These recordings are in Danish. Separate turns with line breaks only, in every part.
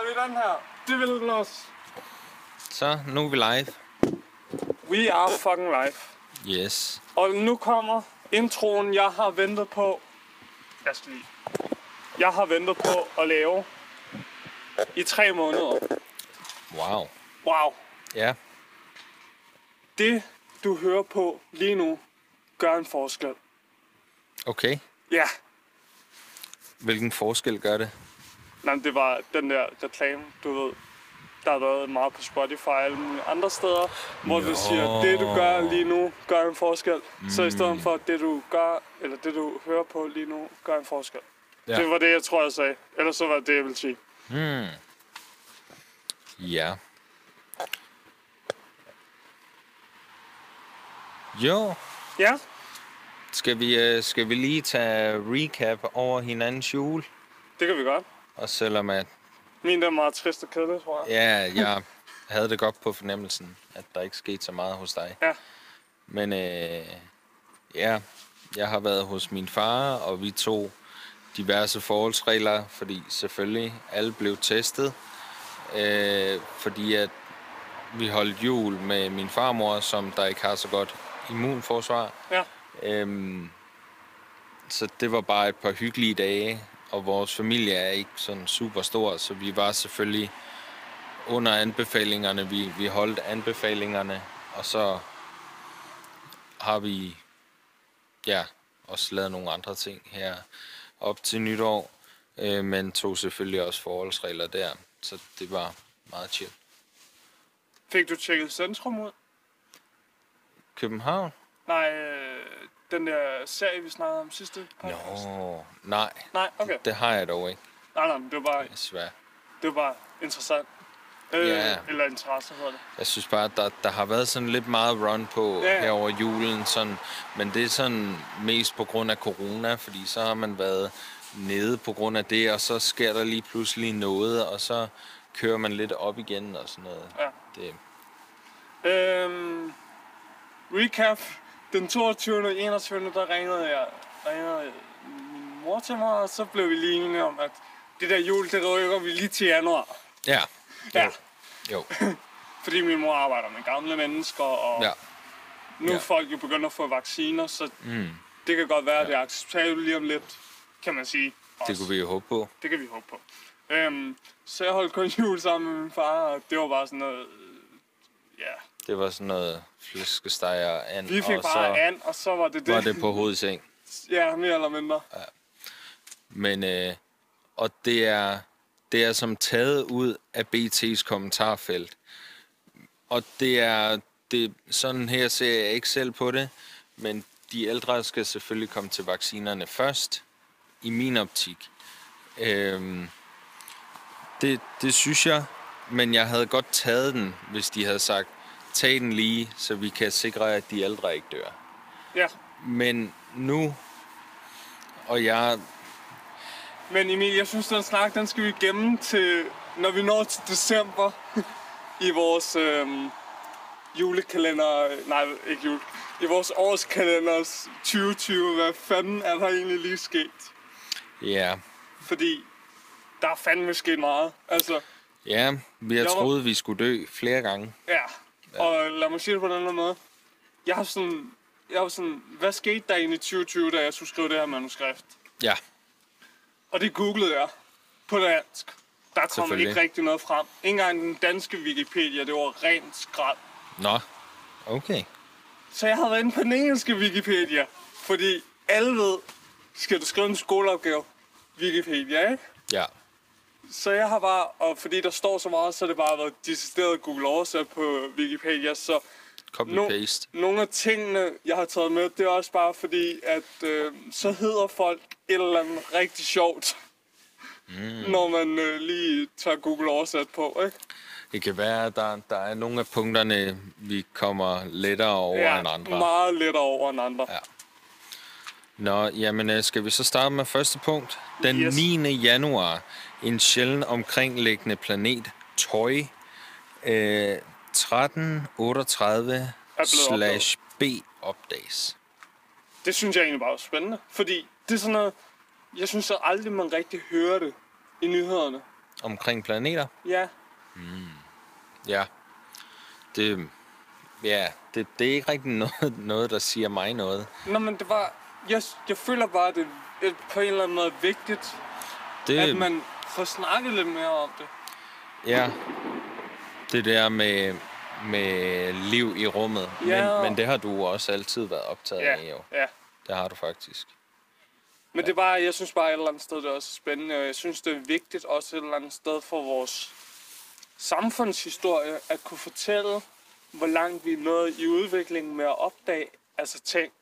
den her. Det vil den også.
Så nu er vi live.
We are fucking live.
Yes.
Og nu kommer introen, jeg har ventet på. Jeg skal lige. Jeg har ventet på at lave i tre måneder.
Wow.
Wow.
Ja.
Det, du hører på lige nu, gør en forskel.
Okay.
Ja.
Hvilken forskel gør det?
Nej, men det var den der reklame, du ved. Der har været meget på Spotify og alle mulige andre steder, hvor Nå.
Nå.
du siger, det du gør lige nu, gør en forskel. Mm. Så i stedet for, det du gør, eller det du hører på lige nu, gør en forskel. Ja.
Ja.
Det var det, jeg tror, jeg sagde. Ellers så var det det, jeg ville sige.
Ja. Jo.
Ja,
Skal vi, øh, skal vi lige tage recap over hinandens jul?
det kan vi godt.
Og selvom at,
Min den er meget trist og kedelig, tror jeg.
ja, jeg havde det godt på fornemmelsen, at der ikke skete så meget hos dig.
Ja.
Men øh, ja, jeg har været hos min far, og vi tog diverse forholdsregler, fordi selvfølgelig alle blev testet. Øh, fordi at vi holdt jul med min farmor, som der ikke har så godt immunforsvar.
Ja.
Øhm, så det var bare et par hyggelige dage, og vores familie er ikke sådan super stor, så vi var selvfølgelig under anbefalingerne. Vi, vi holdt anbefalingerne, og så har vi ja, også lavet nogle andre ting her op til nytår, øh, men tog selvfølgelig også forholdsregler der, så det var meget chill.
Fik du tjekket Centrum ud?
København?
Nej, øh, den der serie, vi snakkede om sidste
Nå,
podcast.
nej,
Nej, okay.
det har jeg dog ikke,
Nej, nej, men det var bare,
desværre.
det var bare interessant. Øh,
Ja.
Eller interesse, hedder det.
Jeg synes bare, at der, der har været sådan lidt meget run på
Ja.
ja. her over julen. Sådan, men det er sådan mest på grund af corona, fordi så har man været nede på grund af det, og så sker der lige pludselig noget, og så kører man lidt op igen og sådan noget.
Ja.
Det,
Øhm, recap. Den 22. og 21. der ringede jeg ringede min mor til mig, og så blev vi lige enige om, at det der jul, det rykker vi lige til januar.
ja.
Ja.
Jo. Jo.
Fordi min mor arbejder med gamle mennesker, og ja.
Ja.
nu er
ja.
folk jo begyndt at få vacciner, så
Mm.
det kan godt være, at det er acceptabelt lige om lidt, kan man sige.
Det kunne vi jo håbe på.
det kan vi håbe på. Øhm, så jeg holdt kun jul sammen med min far, og det var bare sådan noget... øh, Ja,
Det var sådan noget flæskesteg og and,
vi fik
og
bare
så
an, og så var det det.
var det på hovedseng.
Ja, mere eller mindre.
Men, øh, og det er, det er som taget ud af BT's kommentarfelt. Og det er, det, sådan her ser jeg ikke selv på det, men de ældre skal selvfølgelig komme til vaccinerne først, i min optik. Øhm, det, det synes jeg, men jeg havde godt taget den, hvis de havde sagt, tag den lige, så vi kan sikre, at de ældre ikke dør.
Ja,
Men nu, og jeg
men Emil, jeg synes, den snak, den skal vi gemme til, når vi når til december i vores øhm, julekalender, nej, ikke jule, i vores årskalenders 2020, hvad fanden er der egentlig lige sket?
Ja,
Fordi der er fandme sket meget. Altså,
ja vi har
Jeg var-
troet, vi skulle dø flere gange.
ja. Og lad mig sige det på den her måde. Jeg har sådan, jeg har sådan, hvad skete der egentlig i 2020, da jeg skulle skrive det her manuskript?
Ja,
Og det googlede jeg på dansk. Der kom
Selvfølgelig.
ikke rigtig noget frem. Ikke engang den danske Wikipedia, det var rent skrald.
nå, okay.
Så jeg havde været inde på den engelske Wikipedia. Fordi alle ved, skal du skrive en skoleopgave? Wikipedia, ikke?
Ja,
Så jeg har bare, og fordi der står så meget, så har det bare været decideret Google oversat på Wikipedia. Så
copy-paste.
nogle af tingene, jeg har taget med, det er også bare fordi, at øh, så hedder folk et eller andet rigtig sjovt. Mm. Når man øh, lige tager Google oversat på, ikke?
Det kan være, at der, der er nogle af punkterne, vi kommer lettere over ja, end andre.
meget lidt over end andre. Ja.
Ja. Nå, jamen øh, skal vi så starte med første punkt. Den
Yes.
yes. 9. januar, en sjældent omkringliggende planet, Tøj, øh, 1338 slash B opdages.
Det synes jeg egentlig bare var spændende, fordi det er sådan noget, jeg synes så aldrig, man rigtig hører det i nyhederne.
omkring planeter.
Ja,
Ja. Det, ja, det, det er ikke rigtig noget, noget, der siger mig noget.
Nå, men det var... Jeg, jeg føler bare, at det er på en eller anden måde vigtigt,
Det,
at man får snakket lidt mere om det.
Ja. Det der med, med liv i rummet.
Ja.
Men, men det har du også altid været optaget af, jo.
ja.
Det har du faktisk.
Men det er bare, jeg synes bare et eller andet sted, det er også spændende, og jeg synes, det er vigtigt også et eller andet sted for vores samfundshistorie at kunne fortælle, hvor langt vi er nået i udviklingen med at opdage altså ting.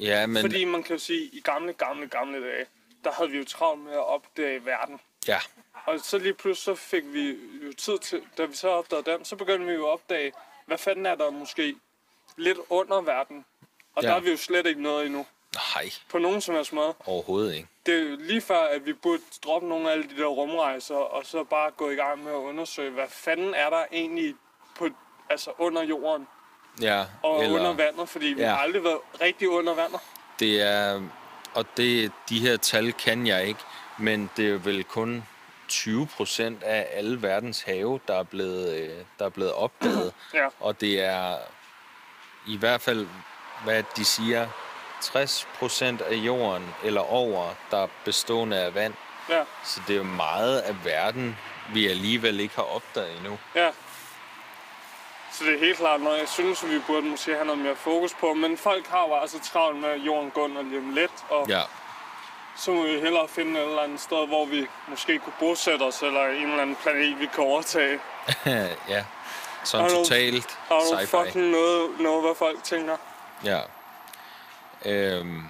Ja, men...
Men... Fordi man kan jo sige, i gamle, gamle, gamle dage, der havde vi jo travlt med at opdage verden.
Ja.
Og så lige pludselig så fik vi jo tid til, da vi så opdagede dem, så begyndte vi jo at opdage, hvad fanden er der måske lidt under verden. Og
Ja.
der er vi jo slet ikke noget endnu,
Nej,
på nogen som helst måde.
overhovedet ikke.
Det er jo lige før, at vi burde droppe nogle af alle de der rumrejser, og så bare gå i gang med at undersøge, hvad fanden er der egentlig på, altså under jorden
Ja,
og Eller... under vandet, fordi vi
Ja.
ja. har aldrig været rigtig under vandet.
det er... Og det, de her tal kan jeg ikke, men det er vel kun 20 procent af alle verdens have, der er blevet, øh, der er blevet opdaget.
Ja.
Og det er i hvert fald, hvad de siger, 60 procent af jorden eller over, der er bestående af vand.
Ja,
Så det er jo meget af verden, vi alligevel ikke har opdaget endnu.
ja. Så det er helt klart noget, jeg synes, vi burde måske have noget mere fokus på, men folk har jo altså travlt med, at jorden går under lige om lidt, og ja.
Ja,
så må vi hellere finde et eller andet sted, hvor vi måske kunne bosætte os, eller en eller anden planet, vi kan overtage.
ja. Sådan
Har du-
totalt
Har du
sci-fi.
fucking noget, noget, hvad folk tænker?
Ja. Øhm,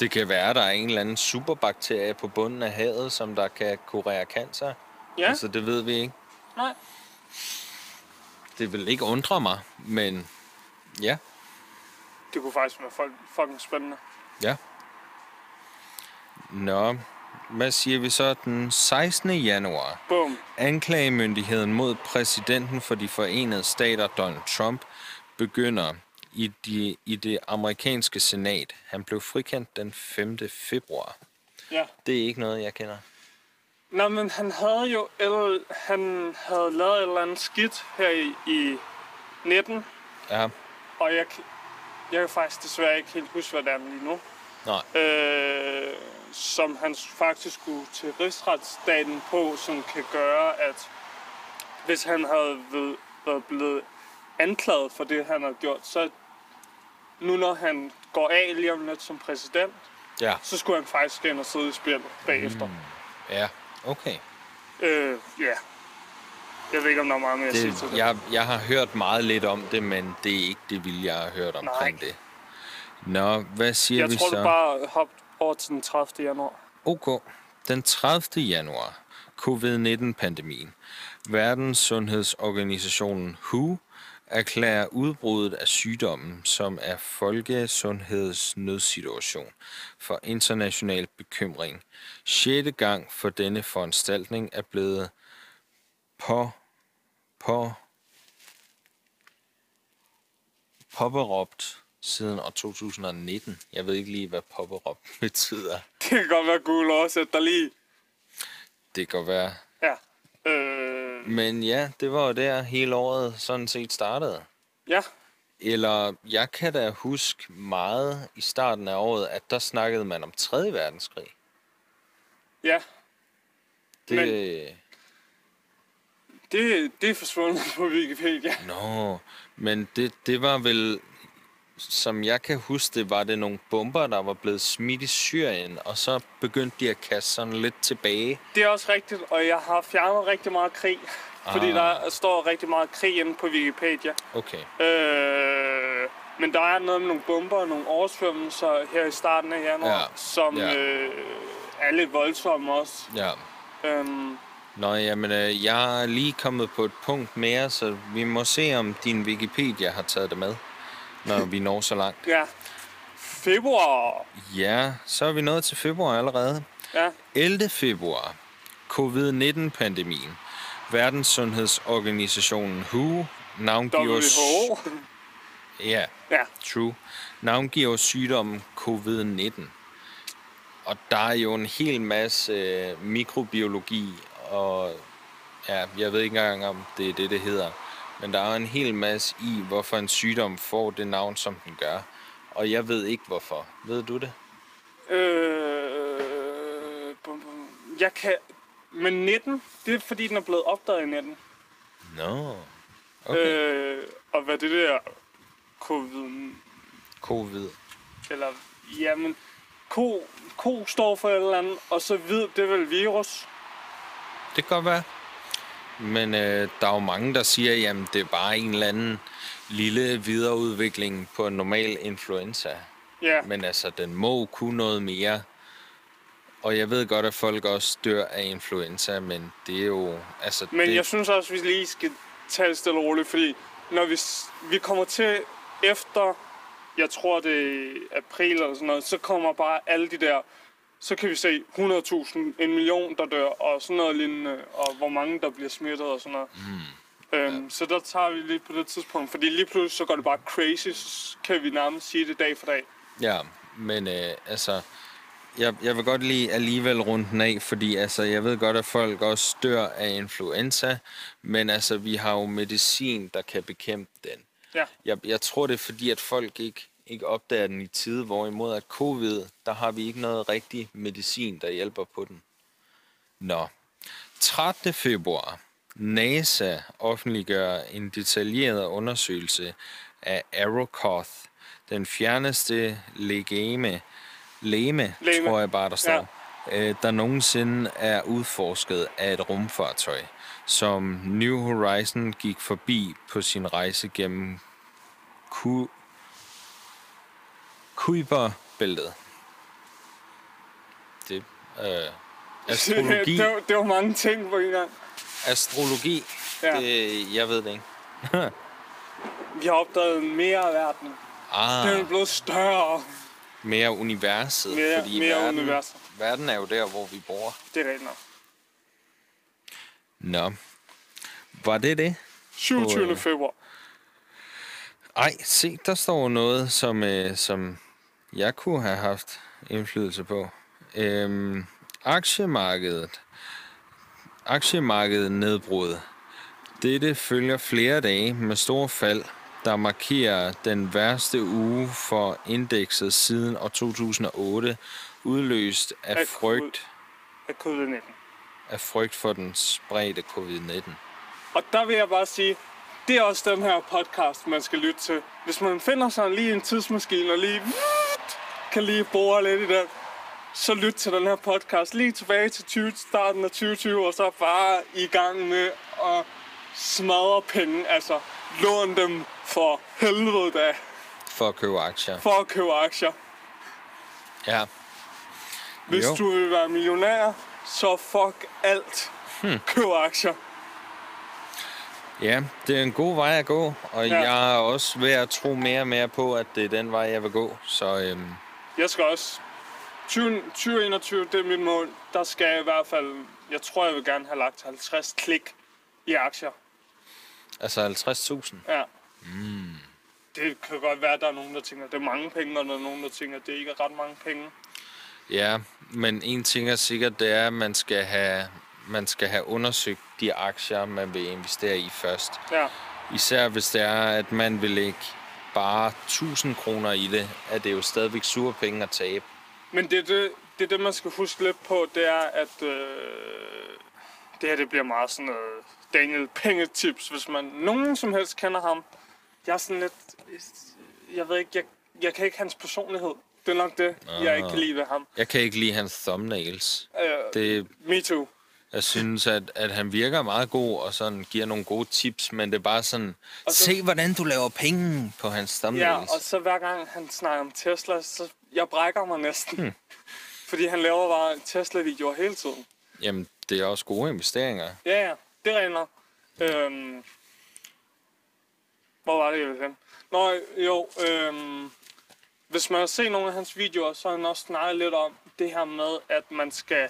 det kan være, der er en eller anden superbakterie på bunden af havet, som der kan kurere cancer.
Ja,
Altså, det ved vi ikke.
nej.
Det vil ikke undre mig, men ja,
Det kunne faktisk være folk- fucking spændende.
ja. Nå, hvad siger vi så den 16. januar?
Bum.
Anklagemyndigheden mod præsidenten for de forenede stater, Donald Trump, begynder i, de, i det amerikanske senat. Han blev frikendt den 5. februar.
Ja.
Det er ikke noget, jeg kender.
Nå, men han havde jo el, han havde lavet et eller andet skidt her i, i 19,
Ja,
og jeg, kan- jeg kan faktisk desværre ikke helt huske, hvad det er lige nu.
nej.
Øh, som han faktisk skulle til rigsretsstaten på, som kan gøre, at hvis han havde ved- været blevet anklaget for det, han har gjort, så nu når han går af lige om lidt som præsident,
Ja,
så skulle han faktisk ind og sidde i spillet bagefter.
Mm. ja, okay.
Øh, ja. Jeg ved ikke, om der er meget mere at sige til
Det,
det.
jeg, jeg har hørt meget lidt om det, men det er ikke det vilde, jeg har hørt omkring
Nej.
det. Nå, hvad siger vi
jeg tror,
så?
du bare hoppede over til den 30. januar.
OK. Den 30. januar, covid-19-pandemien. Verdenssundhedsorganisationen WHO erklærer udbruddet af sygdommen, som er folkesundhedsnødsituation for international bekymring. 6. gang for denne foranstaltning er blevet på, på, påberåbt siden år 2019. Jeg ved ikke lige, hvad påberåbt betyder.
Det kan godt være Google oversæt der lige.
Det kan godt være.
Ja. Øh,
Men ja, det var jo der hele året sådan set startede.
ja.
Eller jeg kan da huske meget i starten af året, at der snakkede man om 3. verdenskrig.
Ja.
Det...
Det, det er forsvundet på Wikipedia.
Nå, men det, det var vel... Som jeg kan huske det, var det nogle bomber, der var blevet smidt i Syrien, og så begyndte de at kaste sådan lidt tilbage.
Det er også rigtigt, og jeg har fjernet rigtig meget krig. Fordi
Ah.
der står rigtig meget krig inde på Wikipedia.
Okay,
Øh, men der er noget med nogle bomber og nogle oversvømmelser her i starten af januar,
Ja.
ja. som
Ja.
ja. Øh, er lidt voldsomme også.
ja.
Øhm,
Nå, jamen, øh, jeg er lige kommet på et punkt mere, så vi må se, om din Wikipedia har taget det med, når vi når så langt.
ja. Februar.
Ja, så er vi nået til februar allerede.
Ja.
11. februar. Covid-19-pandemien. Verdenssundhedsorganisationen WHO navngiver...
WHO.
Ja,
Ja.
true. Navngiver sygdommen covid-19. Og der er jo en hel masse øh, mikrobiologi og ja, jeg ved ikke engang, om det er det, det hedder. Men der er jo en hel masse i, hvorfor en sygdom får det navn, som den gør. Og jeg ved ikke, hvorfor. Ved du det?
Øh, bum, bum. jeg kan... Men 19, det er fordi, den er blevet opdaget i 19.
Nå. No. Okay.
Okay.
Øh.
Øh, og hvad det der covid...
Covid.
Eller, jamen, ko, ko står for et eller andet, og så vid, det er vel virus.
Det kan godt være. Men øh, der er jo mange, der siger, jamen det er bare en eller anden lille videreudvikling på en normal influenza.
Ja,
Men altså, den må kunne noget mere. Og jeg ved godt, at folk også dør af influenza, men det er jo... Altså,
men
det,
jeg synes også, vi lige skal tage det stille og roligt, fordi når vi, s- vi kommer til efter, jeg tror det er april eller sådan noget, så kommer bare alle de der, så kan vi se 100.000, en million, der dør, og sådan noget lignende, og hvor mange, der bliver smittet og sådan noget. Mm. Øhm, Så der tager vi lige på det tidspunkt, fordi lige pludselig så går det bare crazy, så kan vi nærmest sige det dag for dag.
Ja, men øh, altså, jeg, jeg vil godt lige alligevel runde den af, fordi altså, jeg ved godt, at folk også dør af influenza, men altså, vi har jo medicin, der kan bekæmpe den.
Ja,
Jeg, jeg tror, det er fordi, at folk ikke, ikke opdager den i tide, hvorimod at covid, der har vi ikke noget rigtig medicin, der hjælper på den. Nå. 13. februar. NASA offentliggør en detaljeret undersøgelse af Aerocoth, den fjerneste legeme, leme,
Legeme.
tror jeg bare, der står, ja. der nogensinde er udforsket af et rumfartøj, som New Horizon gik forbi på sin rejse gennem Ku- Kuiperbæltet. Det øh, astrologi,
det, var, det var mange ting på en gang.
astrologi,
Ja.
ja. det, jeg ved det ikke.
Vi har opdaget mere af verden. Den er
Ah,
blevet større.
mere universet,
Mere-
fordi
mere
verden,
universet.
verden er jo der, hvor vi bor.
Det er rigtigt nok.
Nå, var det det?
27.
øh,
februar.
Ej, se, der står noget, som, øh, som jeg kunne have haft indflydelse på. Øhm, aktiemarkedet. Aktiemarkedet nedbrud. Dette følger flere dage med store fald, der markerer den værste uge for indekset siden år 2008, udløst af
Af covid.
frygt,
af covid-19.
af frygt for den spredte covid-19.
Og der vil jeg bare sige, det er også den her podcast, man skal lytte til. Hvis man finder sig lige en tidsmaskine og lige kan lige bore lidt i den, så lyt til den her podcast lige tilbage til 20, starten af 2020, og så bare i gang med at smadre penge. Altså, lån dem for helvede da,
For at købe aktier.
for at købe aktier.
Ja.
Hvis
Jo.
jo. du vil være millionær, så fuck alt.
Hm.
Hmm. Køb aktier.
Ja, det er en god vej at gå, og ja.
Ja.
jeg er også ved at tro mere og mere på, at det er den vej, jeg vil gå. Så øhm,
Jeg skal også. 20 2021, det er mit mål. Der skal jeg i hvert fald, jeg tror, jeg vil gerne have lagt 50 klik i aktier.
altså 50.000.
Ja. Mm. Det kan godt være, at der er nogen, der tænker, at det er mange penge, og der er nogen, der tænker, at det ikke er ret mange penge.
Ja, men en ting er sikkert, det er, at man skal have, man skal have undersøgt de aktier, man vil investere i først.
Ja,
Især hvis det er, at man vil lægge bare 1000 kroner i det, er det jo stadigvæk sure penge at tabe.
men det er det, det, er det man skal huske lidt på, det er, at øh, det her det bliver meget sådan noget Daniel Penge-tips, hvis man nogen som helst kender ham. Jeg er sådan lidt, jeg ved ikke, jeg, jeg kan ikke hans personlighed. Det er nok det, jeg ikke kan lide ved ham.
Jeg kan ikke lide hans thumbnails.
Øh,
Det,
Me too.
Jeg synes, at, at han virker meget god og sådan giver nogle gode tips, men det er bare sådan,
så-
se hvordan du laver penge på hans
Ja,
thumbnails.
og så hver gang han snakker om Tesla, så jeg brækker mig næsten. Hmm. Fordi han laver bare Tesla-videoer hele tiden.
Jamen, det er også gode investeringer.
Ja, ja, det regner. Øhm, hvor var det, jeg ville hen? Nå, jo, øhm, hvis man har set nogle af hans videoer, så har han også snakket lidt om det her med, at man skal...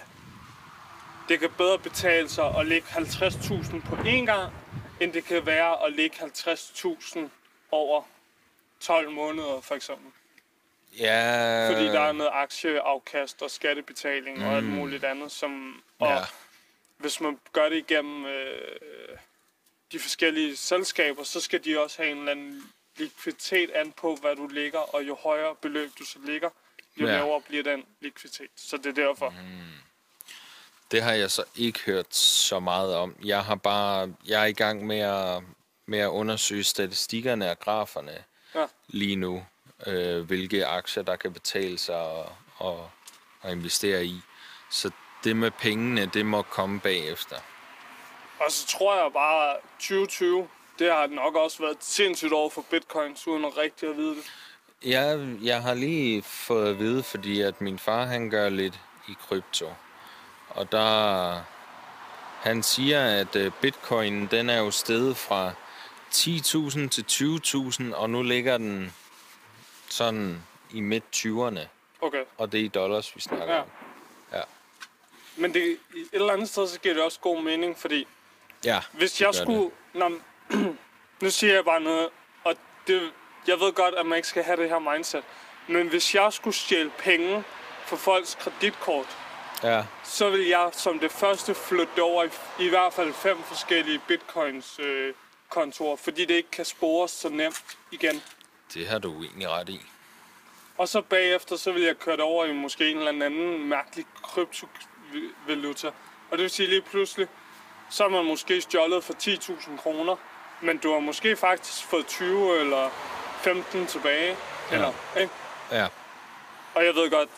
Det kan bedre betale sig at lægge 50.000 på én gang, end det kan være at lægge 50.000 over 12 måneder, for eksempel.
Ja,
Fordi der er noget aktieafkast og skattebetaling mm. og alt muligt andet, som... Og,
ja.
hvis man gør det igennem øh, de forskellige selskaber, så skal de også have en eller anden likviditet an på, hvad du ligger, og jo højere beløb du så ligger, jo
Ja.
lavere bliver den likviditet. Så det er derfor. Mm.
Det har jeg så ikke hørt så meget om. Jeg har bare jeg er i gang med at, med at undersøge statistikkerne og graferne
Ja.
lige nu, øh, hvilke aktier der kan betale sig og, og, og investere i. Så det med pengene, det må komme bagefter.
Og så tror jeg bare, 2020, det har nok også været et sindssygt år for bitcoins, uden at rigtig at vide det.
Jeg, jeg har lige fået at vide, fordi at min far han gør lidt i krypto. Og der han siger, at øh, bitcoin den er jo steget fra 10.000 til 20.000, og nu ligger den sådan i midt 20'erne.
Okay.
Og det er i dollars, vi snakker
Ja.
om. Ja.
Men det, et eller andet sted, så giver det også god mening, fordi
ja
Hvis
det
jeg
gør det.
skulle... Nå, men- nu siger jeg bare noget, og det, jeg ved godt, at man ikke skal have det her mindset. Men hvis jeg skulle stjæle penge for folks kreditkort,
Ja,
så vil jeg som det første flytte det over i, i hvert fald fem forskellige bitcoins øh, kontorer, fordi det ikke kan spores så nemt igen.
det har du egentlig ret i.
Og så bagefter, så vil jeg køre det over i måske en eller anden mærkelig kryptovaluta. Og det vil sige lige pludselig, så har man måske stjålet for 10.000 kroner, men du har måske faktisk fået 20 eller 15 tilbage.
Ja.
Eller, ikke?
Ja,
Og jeg ved godt,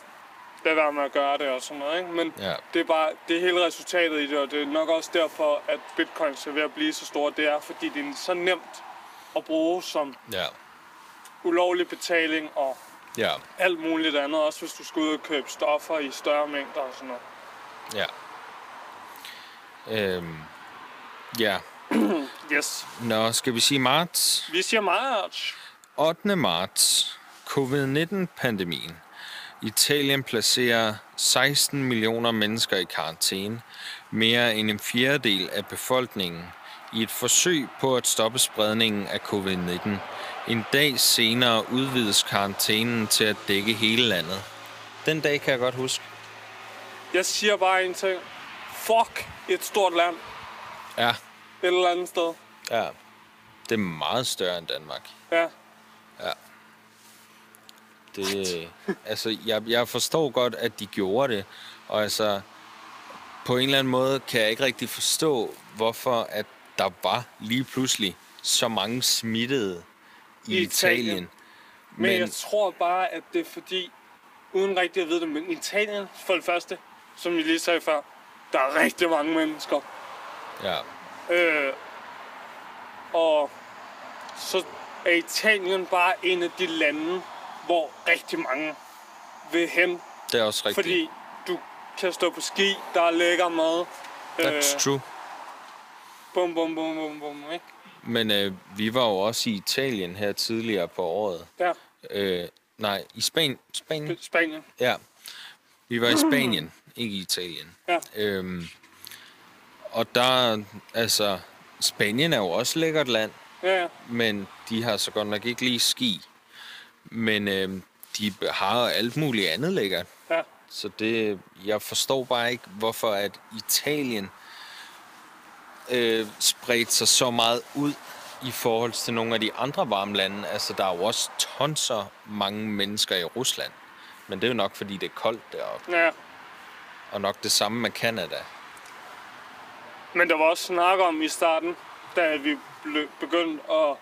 lad være med at gøre det og sådan noget, ikke? men
Ja.
det er bare det er hele resultatet i det, og det er nok også derfor, at bitcoin er ved at blive så stor. Det er, fordi det er så nemt at bruge som
ja,
ulovlig betaling og
ja,
alt muligt andet, også hvis du skal ud og købe stoffer i større mængder og sådan noget.
ja. Øhm, ja.
Yes.
Nå, skal vi sige marts?
Vi siger meget.
8. marts. Covid-19-pandemien. Italien placerer 16 millioner mennesker i karantæne, mere end en fjerdedel af befolkningen, i et forsøg på at stoppe spredningen af covid-19. En dag senere udvides karantænen til at dække hele landet. Den dag kan jeg godt huske.
Jeg siger bare en ting. Fuck et stort land
Ja,
et eller andet sted.
ja. Det er meget større end Danmark.
Ja.
Det, altså, jeg, jeg forstår godt, at de gjorde det. Og altså, på en eller anden måde kan jeg ikke rigtig forstå, hvorfor at der var lige pludselig så mange smittede i,
I Italien.
Italien. Italien.
Men, Men jeg tror bare, at det er fordi, uden rigtig at vide det, men Italien for det første, som vi lige sagde før, der er rigtig mange mennesker.
ja,
Øh, og så er Italien bare en af de lande, hvor rigtig mange vil hen
det er også rigtigt.
Fordi du kan stå på ski, der er lækker mad. Øh,
That's true.
bum, bum, bum, bum, bum, ikke?
Men øh, vi var jo også i Italien her tidligere på året.
Der,
Øh, nej, i Spanien. Spanien?
Spanien.
Ja. Vi var i Spanien, ikke i Italien.
Ja.
Øhm, og der, altså, Spanien er jo også et lækkert land,
Ja, ja.
men de har så godt nok ikke lige ski. Men øhm, de har alt muligt andet lækkert.
ja.
Så det, jeg forstår bare ikke, hvorfor at Italien øh, spredte sig så meget ud i forhold til nogle af de andre varme lande. Altså, der er jo også tonser mange mennesker i Rusland. Men det er jo nok, fordi det er koldt deroppe.
ja.
Og nok det samme med Kanada.
Men der var også snak om i starten, da vi blev- begyndte at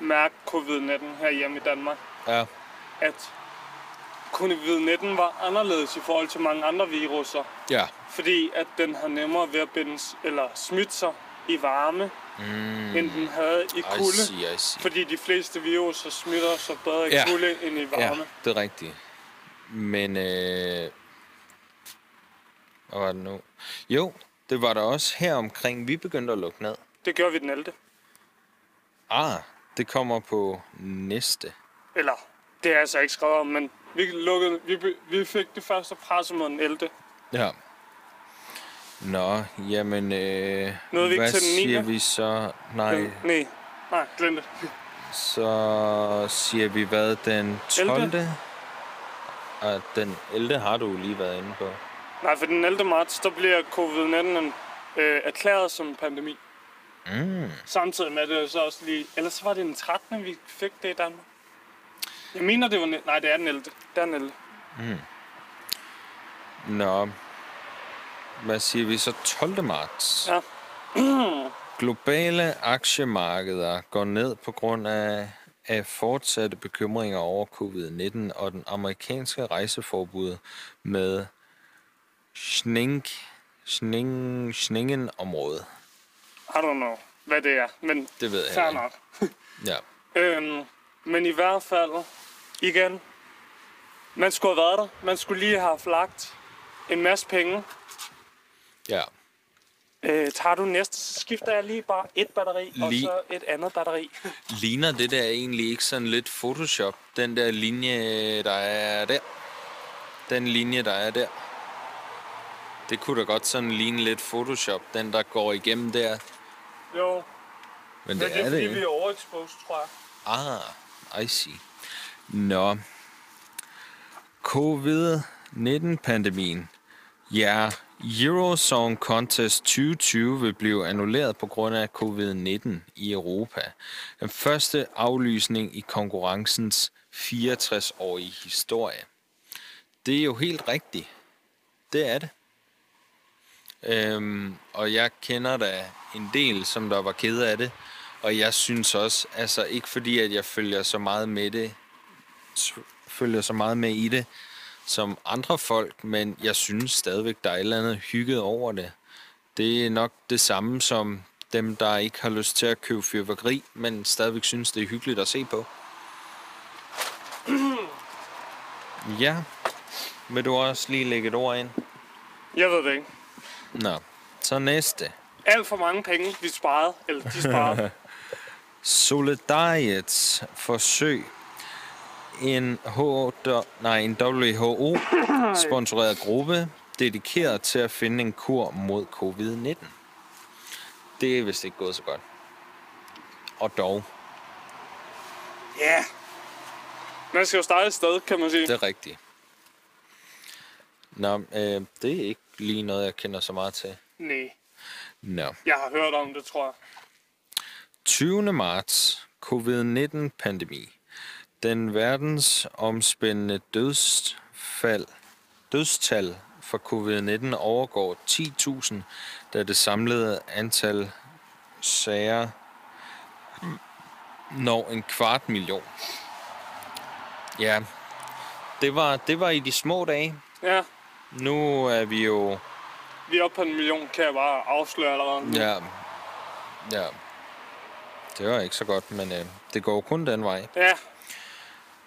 mærke covid-19 her hjemme i Danmark,
Ja,
at covid-19 var anderledes i forhold til mange andre viruser,
ja,
fordi at den har nemmere ved at binde, s- eller smitte sig i varme, mm. end den havde i
I
kulde.
see, I see.
Fordi de fleste viruser smitter sig bedre i
Ja.
ja. kulde end i
Ja,
varme. Ja.
det er rigtigt. Men, øh, hvad var det nu? Jo, det var der også her omkring, vi begyndte at lukke ned.
Det gjorde vi den 11.
Ah, det kommer på næste.
Eller, det er altså ikke skrevet om, men vi, lukkede, vi, be- vi fik det første pressemøde den 11.
Ja. Nå, jamen, øh,
Nåede vi ikke
hvad
til den niende?
siger vi så? Nej,
Den, nej, nej, glem det.
så siger vi hvad, den 12.
Ellevte?
Og den 11. har du jo lige været inde på.
Nej, for den 11. marts, der bliver covid-19 en, øh, erklæret som pandemi.
Mm.
Samtidig med at det så også lige... Ellers så var det den 13. vi fik det i Danmark. Jeg mener, det var... ne- Nej, det er den 11. Det er den 11.
Nå. Hvad siger vi så? 12. marts.
Ja.
Globale aktiemarkeder går ned på grund af, af fortsatte bekymringer over covid-19 og den amerikanske rejseforbud med Schengen- Schengen- Schengen-området.
I don't know, hvad det er. Men
Det ved jeg
fair
ikke.
nok.
Ja.
Øhm, men i hvert fald, igen, man skulle have været der. Man skulle lige have haft lagt en masse penge.
ja.
Øh, tager du næste, så skifter jeg lige bare et batteri, lige. og
Lige.
så et andet batteri.
Ligner det der egentlig ikke sådan lidt Photoshop? Den der linje, der er der. Den linje, der er der. Det kunne da godt sådan ligne lidt Photoshop, den der går igennem der.
Jo,
Men
men
det er det
fordi, vi
ikke.
er overexposed, tror jeg.
Ah, I see. Nå. Covid-19-pandemien. Ja, Eurosong Contest 2020 vil blive annulleret på grund af covid-19 i Europa. Den første aflysning i konkurrencens 64-årige historie. Det er jo helt rigtigt. Det er det. Øhm, og jeg kender da en del, som der var ked af det. Og jeg synes også, altså ikke fordi, at jeg følger så meget med det, s- følger så meget med i det, som andre folk, men jeg synes stadigvæk, der er et eller andet hygget over det. Det er nok det samme som dem, der ikke har lyst til at købe fyrværkeri, men stadigvæk synes, det er hyggeligt at se på. Ja, vil du også lige lægge et ord ind?
Jeg ved det ikke.
Nå, så næste.
Alt for mange penge, vi sparede, eller de sparede.
Solidariets forsøg en, H- nej, en WHO-sponsoreret gruppe dedikeret til at finde en kur mod covid-19. Det er vist ikke gået så godt. Og dog,
Ja. yeah. Man skal jo starte et sted, kan man sige.
det er rigtigt. Nå, øh, det er ikke lige noget, jeg kender så meget til.
Nej,
Nå.
jeg har hørt om det, tror jeg.
20. marts, covid-19-pandemi. Den verdensomspændende dødsfald, dødstal for covid-19 overgår 10.000, da det samlede antal sager når en kvart million. Ja, det var, det var i de små dage.
Ja,
Nu er vi jo...
vi er oppe på en million, kan jeg bare afsløre allerede. nu.
Ja, ja. Det var ikke så godt, men øh, det går jo kun den vej.
ja.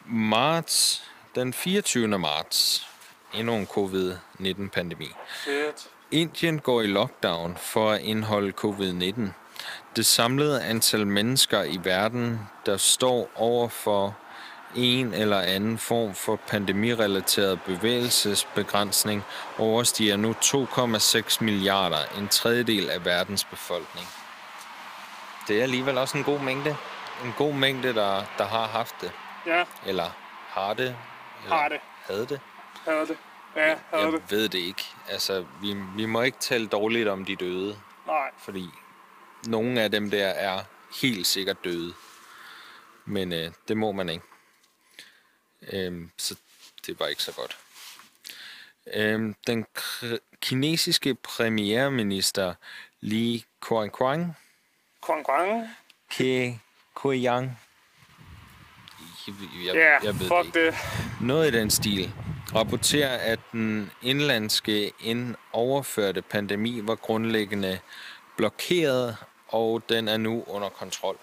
marts, den 24. marts, endnu en covid-19-pandemi.
Fedt.
Indien går i lockdown for at indholde covid-19. Det samlede antal mennesker i verden, der står over for en eller anden form for pandemirelateret bevægelsesbegrænsning, overstiger nu 2,6 milliarder, en tredjedel af verdens befolkning. Det er alligevel også en god mængde. En god mængde, der, der har haft det.
Ja,
Eller har det? Eller
Har det.
Havde det?
havde det. Ja, havde
Jeg
det.
ved det ikke. Altså, vi, vi må ikke tale dårligt om de døde,
Nej.
fordi nogle af dem der er helt sikkert døde. Men øh, det må man ikke. Øhm, så det var ikke så godt. Øhm, den kr- kinesiske premierminister Li Keqiang
Konkurrence?
Ke Keqiang jeg, jeg,
Ja,
jeg ved det
fuck
ikke.
det.
Noget i den stil rapporterer, at den indlandske ind overførte pandemi var grundlæggende blokeret, og den er nu under kontrol.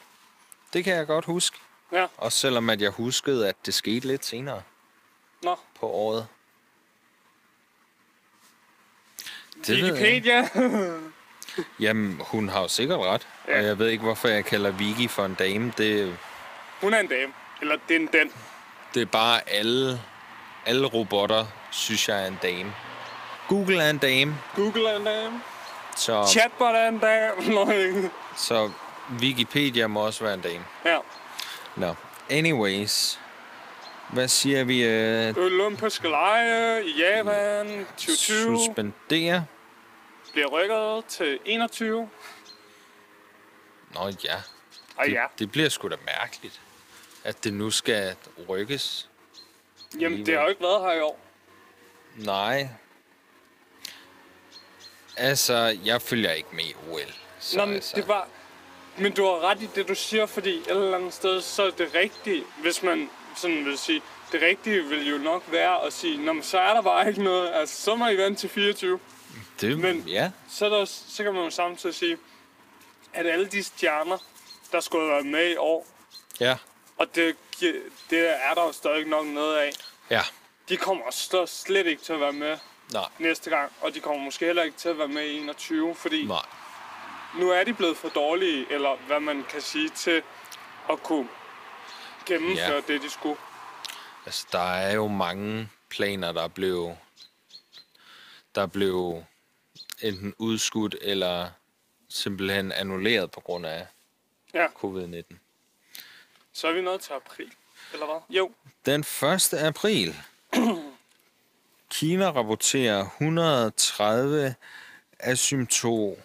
Det kan jeg godt huske,
Ja,
også selvom at jeg huskede, at det skete lidt senere
nå.
på året. ved jeg ikke.
Wikipedia?
Jamen, hun har jo sikkert ret.
Ja.
Og jeg ved ikke, hvorfor jeg kalder Vicky for en dame. Det,
Hun er en dame. Eller det er en den.
det er bare alle, alle robotter, synes jeg er en dame. Google er en dame,
Google er en dame.
så...
Chatbot er en dame. Nå, ikke.
Så Wikipedia må også være en dame.
ja.
Nå. Anyways. Hvad siger vi? Øh,
Olympiske lege i Japan. 2020.
suspendere.
bliver rykket til 21.
Nå ja,
Og
det,
ja,
det bliver sgu da mærkeligt, at det nu skal rykkes.
jamen det har jo ikke været her i år.
Nej. Altså, jeg følger ikke med i OL. Så,
Nå, men
altså,
det var... Men du har ret i det, du siger, fordi et eller andet sted, så er det rigtige, hvis man sådan vil sige, det rigtige vil jo nok være at sige, Nå, men så er der bare ikke noget, altså så må I vente til 24.
det,
men-
men... Ja,
Så, er der, også- så kan man jo samtidig sige, at alle de stjerner, der skulle have været med i år,
ja,
og det, gi- det er der jo stadig nok noget af,
ja,
de kommer også sl- slet ikke til at være med
nej,
næste gang, og de kommer måske heller ikke til at være med i 21, fordi
nej,
nu er de blevet for dårlige, eller hvad man kan sige, til at kunne gennemføre
Ja.
yeah. det, de skulle.
Altså, der er jo mange planer, der blev, der blev enten udskudt eller simpelthen annulleret på grund af
Ja.
covid-19.
Så er vi nået til april, eller hvad? Jo,
Den 1. april. Kina rapporterer 130 asympto...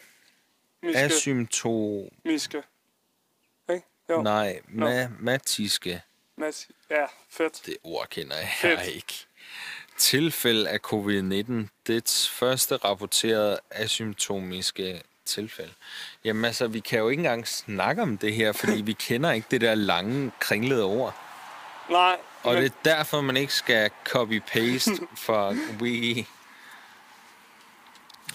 miske.
Asympto...
miske. Ikke? Jo, Nej.
Nej, ma- matiske...
Mads. Ja, fedt.
Det ord kender jeg
Fedt.
ikke. Tilfælde af covid-19. Dets første rapporterede asymptomiske tilfælde. Jamen altså, vi kan jo ikke engang snakke om det her, fordi vi kender ikke det der lange, kringlede ord.
Nej,
Og
men,
det er derfor, man ikke skal copy-paste fra Wiki.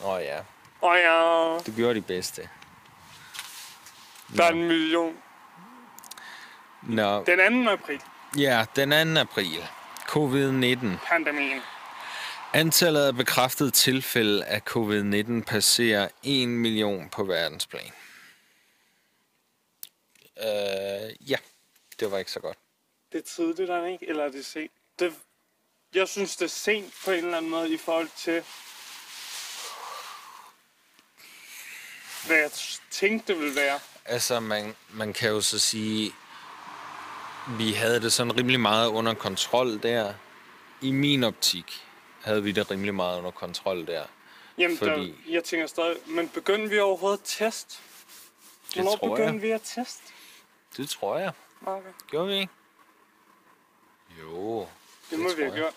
Åh oh, ja,
og ja,
det gjorde de bedste.
der er en million.
Nå,
Den 2. april,
ja, den 2. april. Covid-19.
pandemien.
Antallet af bekræftede tilfælde af covid-19 passerer 1 million på verdensplan. Øh, ja, det var ikke så godt.
Det er tidligt, er det ikke? Eller er det sent? Det, jeg synes, det er sent på en eller anden måde i forhold til, hvad jeg tænkte, det ville være.
Altså, man, man kan jo så sige, vi havde det sådan rimelig meget under kontrol der. I min optik havde vi det rimelig meget under kontrol der.
Jamen, Fordi...
Fordi-
der, jeg tænker stadig, men begyndte vi overhovedet at teste? Hvornår
tror
begyndte
jeg.
vi at teste?
Det tror jeg.
Okay.
Gjorde vi ikke? Jo.
Det, må
tror
vi have
jeg.
gjort.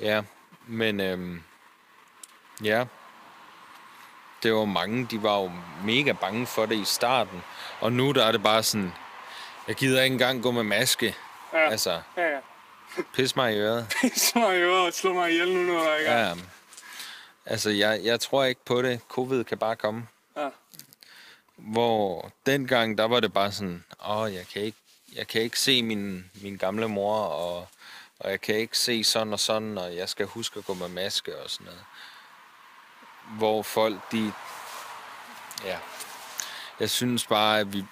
Ja, men øhm, ja, det var mange, de var jo mega bange for det i starten, og nu der er det bare sådan, jeg gider ikke engang gå med maske,
Ja, altså...
altså,
ja, ja.
pis mig i øret.
Pisse mig i øret og slå mig ihjel nu, når jeg ikke ja.
Ja, øhm. altså, jeg, jeg tror ikke på det, covid kan bare komme.
ja.
Hvor dengang, der var det bare sådan, åh, jeg kan ikke, jeg kan ikke se min, min gamle mor, og, og jeg kan ikke se sådan og sådan, og jeg skal huske at gå med maske og sådan noget. Hvor folk, de... Ja. Jeg synes bare, at vi,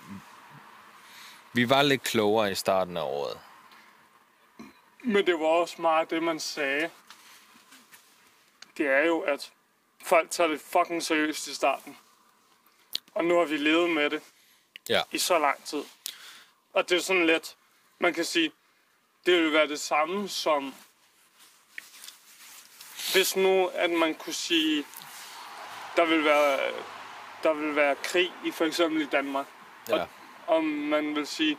vi var lidt klogere i starten af året.
Men det var også meget det, man sagde. Det er jo, at folk tager det fucking seriøst i starten. Og nu har vi levet med det
Ja.
i så lang tid. Og det er sådan lidt, man kan sige, det ville være det samme som, hvis nu, at man kunne sige, der vil være, der vil være krig i for eksempel i Danmark.
Ja.
Om man vil sige,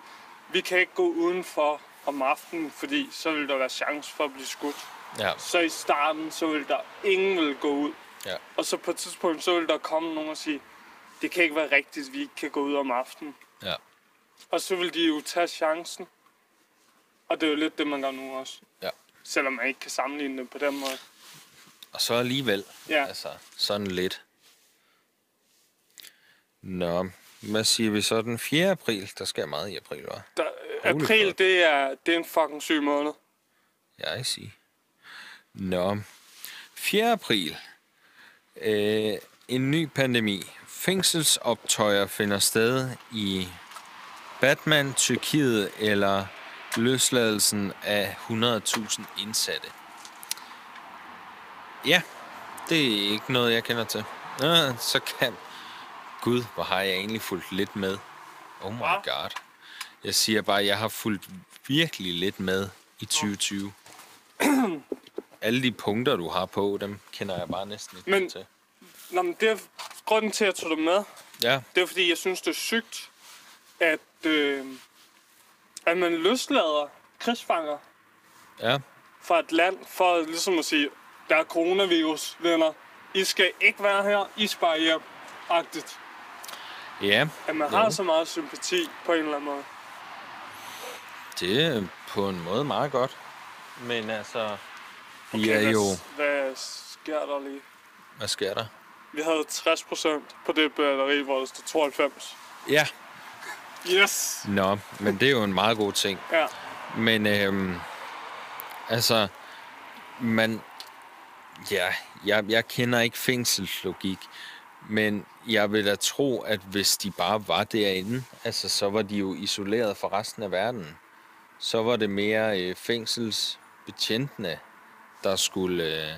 vi kan ikke gå udenfor om aftenen, fordi så vil der være chance for at blive skudt.
Ja.
Så i starten, så vil der ingen vil gå ud.
Ja.
Og så på et tidspunkt, så vil der komme nogen og sige, det kan ikke være rigtigt, at vi ikke kan gå ud om aftenen.
Ja.
Og så vil de jo tage chancen. Og det er jo lidt det, man gør nu også.
ja.
Selvom man ikke kan sammenligne det på den måde.
Og så alligevel.
Ja.
Altså, sådan lidt. Nå, hvad siger vi så den 4. april? Der sker meget i april, hva'?
Der,
Holy
april,
fuck.
det er, det er en fucking syg måned.
Jeg ikke sige. Nå, 4. april. Øh, en ny pandemi. Fængselsoptøjer finder sted i Batman, Tyrkiet eller løsladelsen af 100.000 indsatte. Ja, det er ikke noget, jeg kender til. Nå, så kan... Gud, hvor har jeg egentlig fulgt lidt med. Oh my
Hva?
god. Jeg siger bare, at jeg har fulgt virkelig lidt med i 2020. Alle de punkter, du har på, dem kender jeg bare næsten ikke
Men-
til.
Nå, men det er grunden til, at jeg tog det med.
Ja,
Det er fordi, jeg synes, det er sygt, at, øh, at man løslader krigsfanger
ja,
fra et land, for ligesom at sige, der er coronavirus, venner. I skal ikke være her, I skal bare hjem. Agtigt.
ja.
At man har så meget sympati på en eller anden måde.
Det er på en måde meget godt. Men altså... Okay, de er
hvad,
jo...
Hvad sker der lige?
Hvad sker der?
Vi havde 60 procent på det batteri, hvor der stod 92.
Ja.
Yes!
Nå, men det er jo en meget god ting.
Ja,
Men øhm, altså, man... Ja, jeg, jeg kender ikke fængselslogik, men jeg vil da tro, at hvis de bare var derinde, altså så var de jo isoleret fra resten af verden. Så var det mere øh, fængselsbetjentene, der skulle, øh,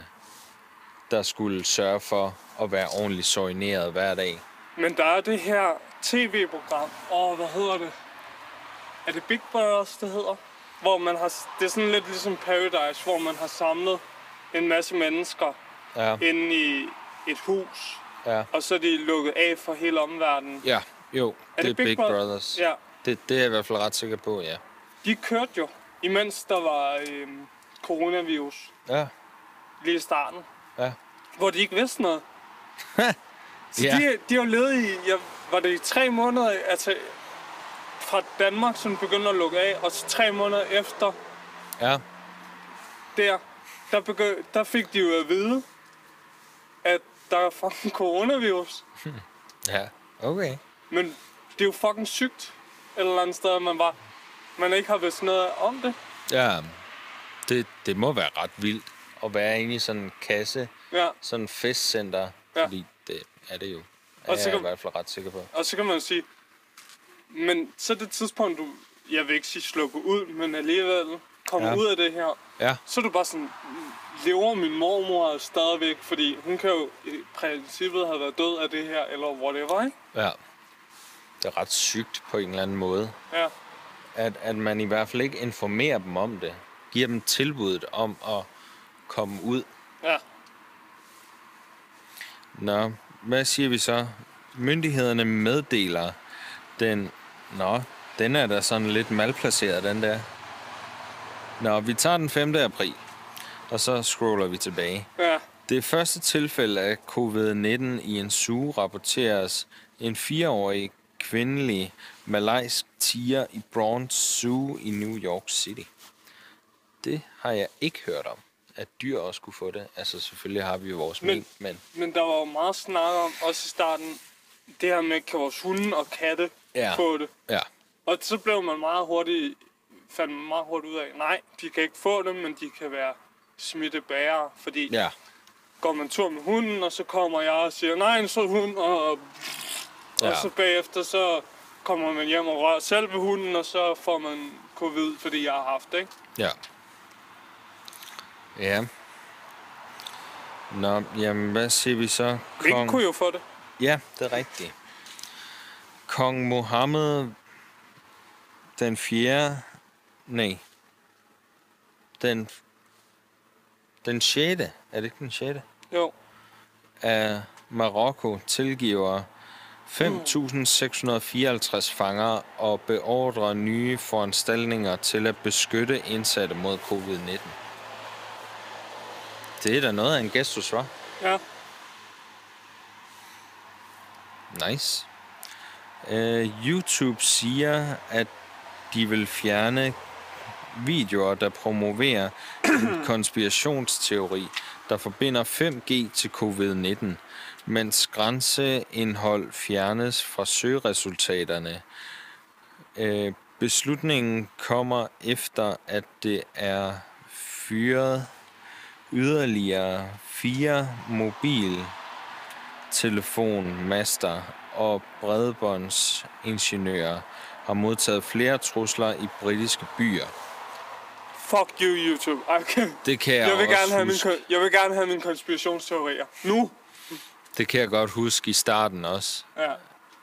der skulle sørge for at være ordentligt soigneret hver dag.
men der er det her tv-program, og hvad hedder det? Er det Big Brothers, det hedder? Hvor man har, det er sådan lidt ligesom Paradise, hvor man har samlet en masse mennesker
Ja,
inde i et hus,
ja.
og så er de lukket af for hele omverdenen.
Ja, jo,
Er
det,
det
er
Big
Big,
Brother?
Brothers.
Ja,
Det, det er jeg i hvert fald ret sikker på, ja.
de kørte jo, imens der var øhm, coronavirus
Ja,
lige i starten.
ja.
hvor de ikke vidste noget. så
Ja.
de, de har levet i, ja, var det i tre måneder, altså fra Danmark, som begyndte at lukke af, og så tre måneder efter
Ja,
der, der, begynd, der fik de jo at vide, at der er fucking coronavirus.
ja. Okay.
Men det er jo fucking sygt, et eller andet sted, at man bare, man ikke har vidst noget om det.
Ja, det, det må være ret vildt at være inde i sådan en kasse,
Ja.
sådan en festcenter,
Ja.
ja. fordi det er det jo.
Og
Og
så
så jeg er
kan-
i hvert fald ret sikker på.
Og så kan man jo sige, men så det tidspunkt, du, jeg vil ikke sige slukke ud, men alligevel komme ja.
Ja.
ud af det her,
Ja,
så er du bare sådan, lever min mormor stadigvæk, fordi hun kan jo i princippet have været død af det her, eller whatever, ikke?
ja. Det er ret sygt på en eller anden måde,
Ja,
at, at man i hvert fald ikke informerer dem om det. Giver dem tilbuddet om at komme ud.
ja.
Nå, hvad siger vi så? Myndighederne meddeler den... Nå, den er da sådan lidt malplaceret, den der. Nå, vi tager den 5. april, og så scroller vi tilbage.
ja.
Det første tilfælde af covid-19 i en suge rapporteres en fireårig kvindelig malaysk tiger i Bronx Zoo i New York City. Det har jeg ikke hørt om, at dyr også kunne få det. Altså selvfølgelig har vi jo vores
Men-
men, men
Men der var jo meget snak om, også i starten, det her med, kan vores hunde og katte
Ja.
få det?
ja,
Og så blev man meget hurtigt, fandt man meget hurtigt ud af, nej, de kan ikke få det, men de kan være smittebærere, fordi
Ja,
går man tur med hunden, og så kommer jeg og siger, nej, en sød hund, og, ja. og
Ja.
så bagefter, så kommer man hjem og rører selv ved hunden, og så får man covid, fordi jeg har haft det, ikke?
ja. Ja. Nå, jamen, hvad siger vi så?
Ikke kunne jo få det.
Ja, det er rigtigt. Kong Mohammed den 4. Nej. Den, den 6. Er det ikke den 6.
Jo,
Af Marokko tilgiver 5.654 fanger og beordrer nye foranstaltninger til at beskytte indsatte mod covid-19. Det er da noget af en gestus, hva'?
ja.
Nice. Uh, YouTube siger, at de vil fjerne videoer, der promoverer en konspirationsteori, der forbinder 5G til covid-19, mens grænseindhold fjernes fra søgeresultaterne. Uh, beslutningen kommer efter, at det er fyret yderligere fire mobil telefonmaster og bredbåndsingeniører har modtaget flere trusler i britiske byer.
Fuck you, YouTube. Ej, Okay.
Det kan jeg,
Jeg vil,
også
gerne have min,
huske.
kon- jeg vil gerne have mine konspirationsteorier. Nu?
Det kan jeg godt huske i starten også.
Ja.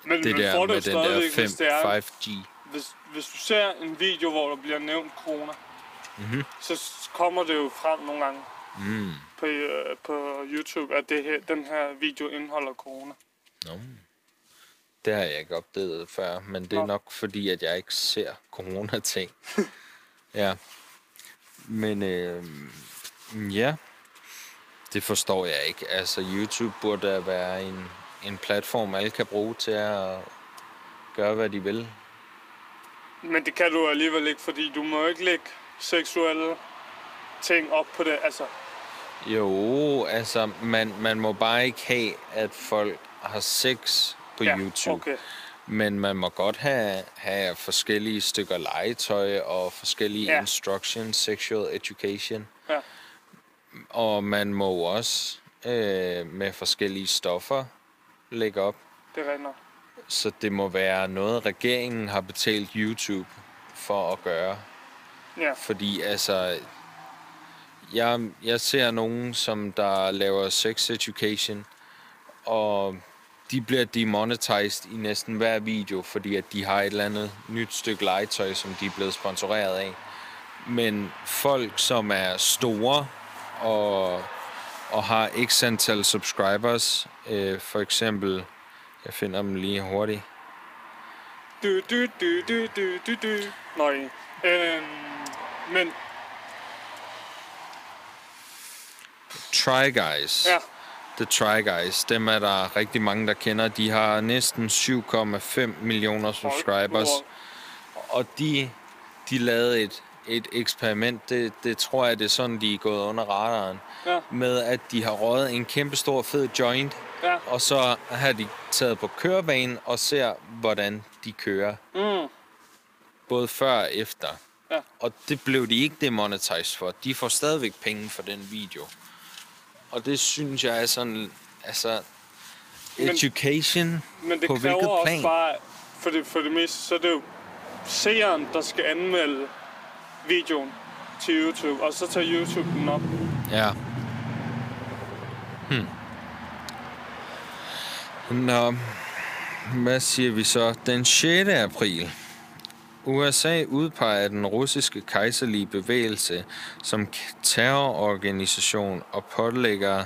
Men
Det
man
der
får
med
jo
den der
stadigvæk, hvis, det
5,
er,
5G.
hvis, hvis du
Mhm.
ser en video, hvor der bliver nævnt corona, mm-hmm. så s- kommer det jo frem nogle gange. mm. på, øh, på YouTube, at det her, den her video indeholder corona.
Nå. Det har jeg ikke opdaget før, men det er
Nå.
nok fordi, at jeg ikke ser corona-ting. ja. Men øh, ja, det forstår jeg ikke. Altså, YouTube burde da være en, en platform, alle kan bruge til at gøre, hvad de vil.
Men det kan du alligevel ikke, fordi du må ikke lægge seksuelle ting op på det. Altså,
Jo, altså, man, man må bare ikke have, at folk har sex på
ja,
YouTube.
Okay.
Men man må godt have, have forskellige stykker legetøj og forskellige
Ja.
ja. instruction, sexual education.
Ja.
Og man må jo også øh, med forskellige stoffer lægge op.
Det regner.
Så det må være noget, regeringen har betalt YouTube for at gøre.
Ja,
Fordi altså, jeg, jeg ser nogen, som der laver sex education, og de bliver demonetized i næsten hver video, fordi at de har et eller andet nyt stykke legetøj, som de er blevet sponsoreret af. Men folk, som er store og, og har x antal subscribers, øh, for eksempel, jeg finder dem lige hurtigt,
Du, du, du, du, du, du, du. Nej. Øhm, men
Try Guys.
ja,
The Try Guys, dem er der rigtig mange, der kender. De har næsten 7,5 millioner subscribers,
hold
og de, de lavede et, et eksperiment, det, det tror jeg, det er sådan, de er gået under radaren,
nu op.
med at de har røget en kæmpe stor fed joint,
ja, ja.
og så har de taget på kørebanen og ser, hvordan de kører.
Mm,
Både før og efter.
Ja.
Og det blev de ikke demonetized for. De får stadigvæk penge for den video. Og det synes jeg er sådan... Altså,
Men-
education
men det
på
kræver
hvilket
også
plan?
bare, for det, for det meste, så er det jo seeren, der skal anmelde videoen til YouTube, og så tager YouTube den op.
Ja. Hmm. Nå, hvad siger vi så? Den 6. april. USA udpeger den russiske kejserlige bevægelse som k- terrororganisation og pålægger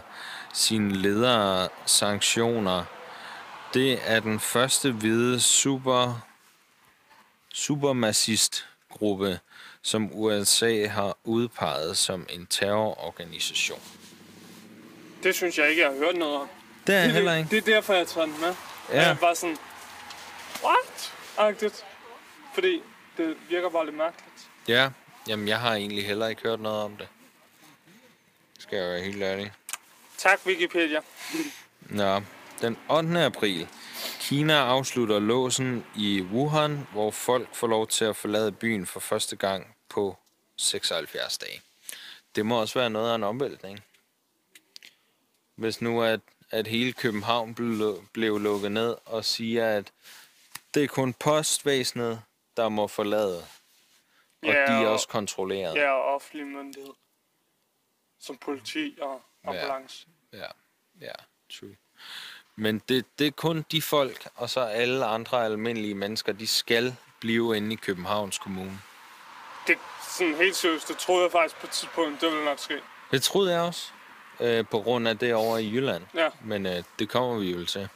sine ledere sanktioner. Det er den første hvide super supermassistgruppe, som USA har udpeget som en terrororganisation.
Det synes jeg ikke, jeg har hørt noget om.
Det er
det,
heller
det,
ikke.
det er derfor, jeg tager den med.
Ja.
Jeg er bare sådan, what? Agtigt. Fordi det virker bare lidt mærkeligt.
Ja, jamen jeg har egentlig heller ikke hørt noget om det. Skal jeg være helt ærlig.
Tak, Wikipedia.
Nå, den 8. april. Kina afslutter låsen i Wuhan, hvor folk får lov til at forlade byen for første gang på 76 dage. Det må også være noget af en omvæltning. Hvis nu at, at hele København blev, lu- blev lukket ned og siger, at det er kun postvæsenet, der må forlade, og
Ja,
de er
og-
også kontrolleret.
Ja, og offentlig myndighed. Som politi og
Ja.
ambulance.
Ja, ja, true. Men det, det er kun de folk, og så alle andre almindelige mennesker, de skal blive inde i Københavns Kommune.
Det er sådan helt seriøst, det troede jeg faktisk på et tidspunkt, det ville nok ske.
Det troede jeg også, øh, på grund af det over i Jylland.
Ja,
Men øh, det kommer vi jo til.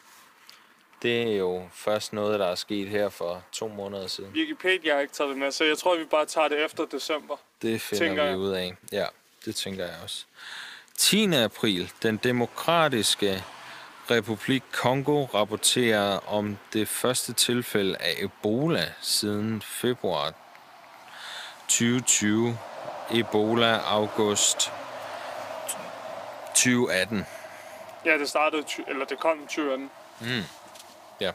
Det er jo først noget, der er sket her for to måneder siden.
Wikipedia har ikke taget det med, så jeg tror, vi bare tager det efter december.
Det finder
Tænker
vi
jeg.
ud af. Ja, det tænker jeg også. 10. april, den demokratiske Republik Kongo rapporterer om det første tilfælde af Ebola siden februar 2020. Ebola august 2018.
Ja, det startede, i ty- eller det kom i 20'erne. Mm.
ja.
Jeg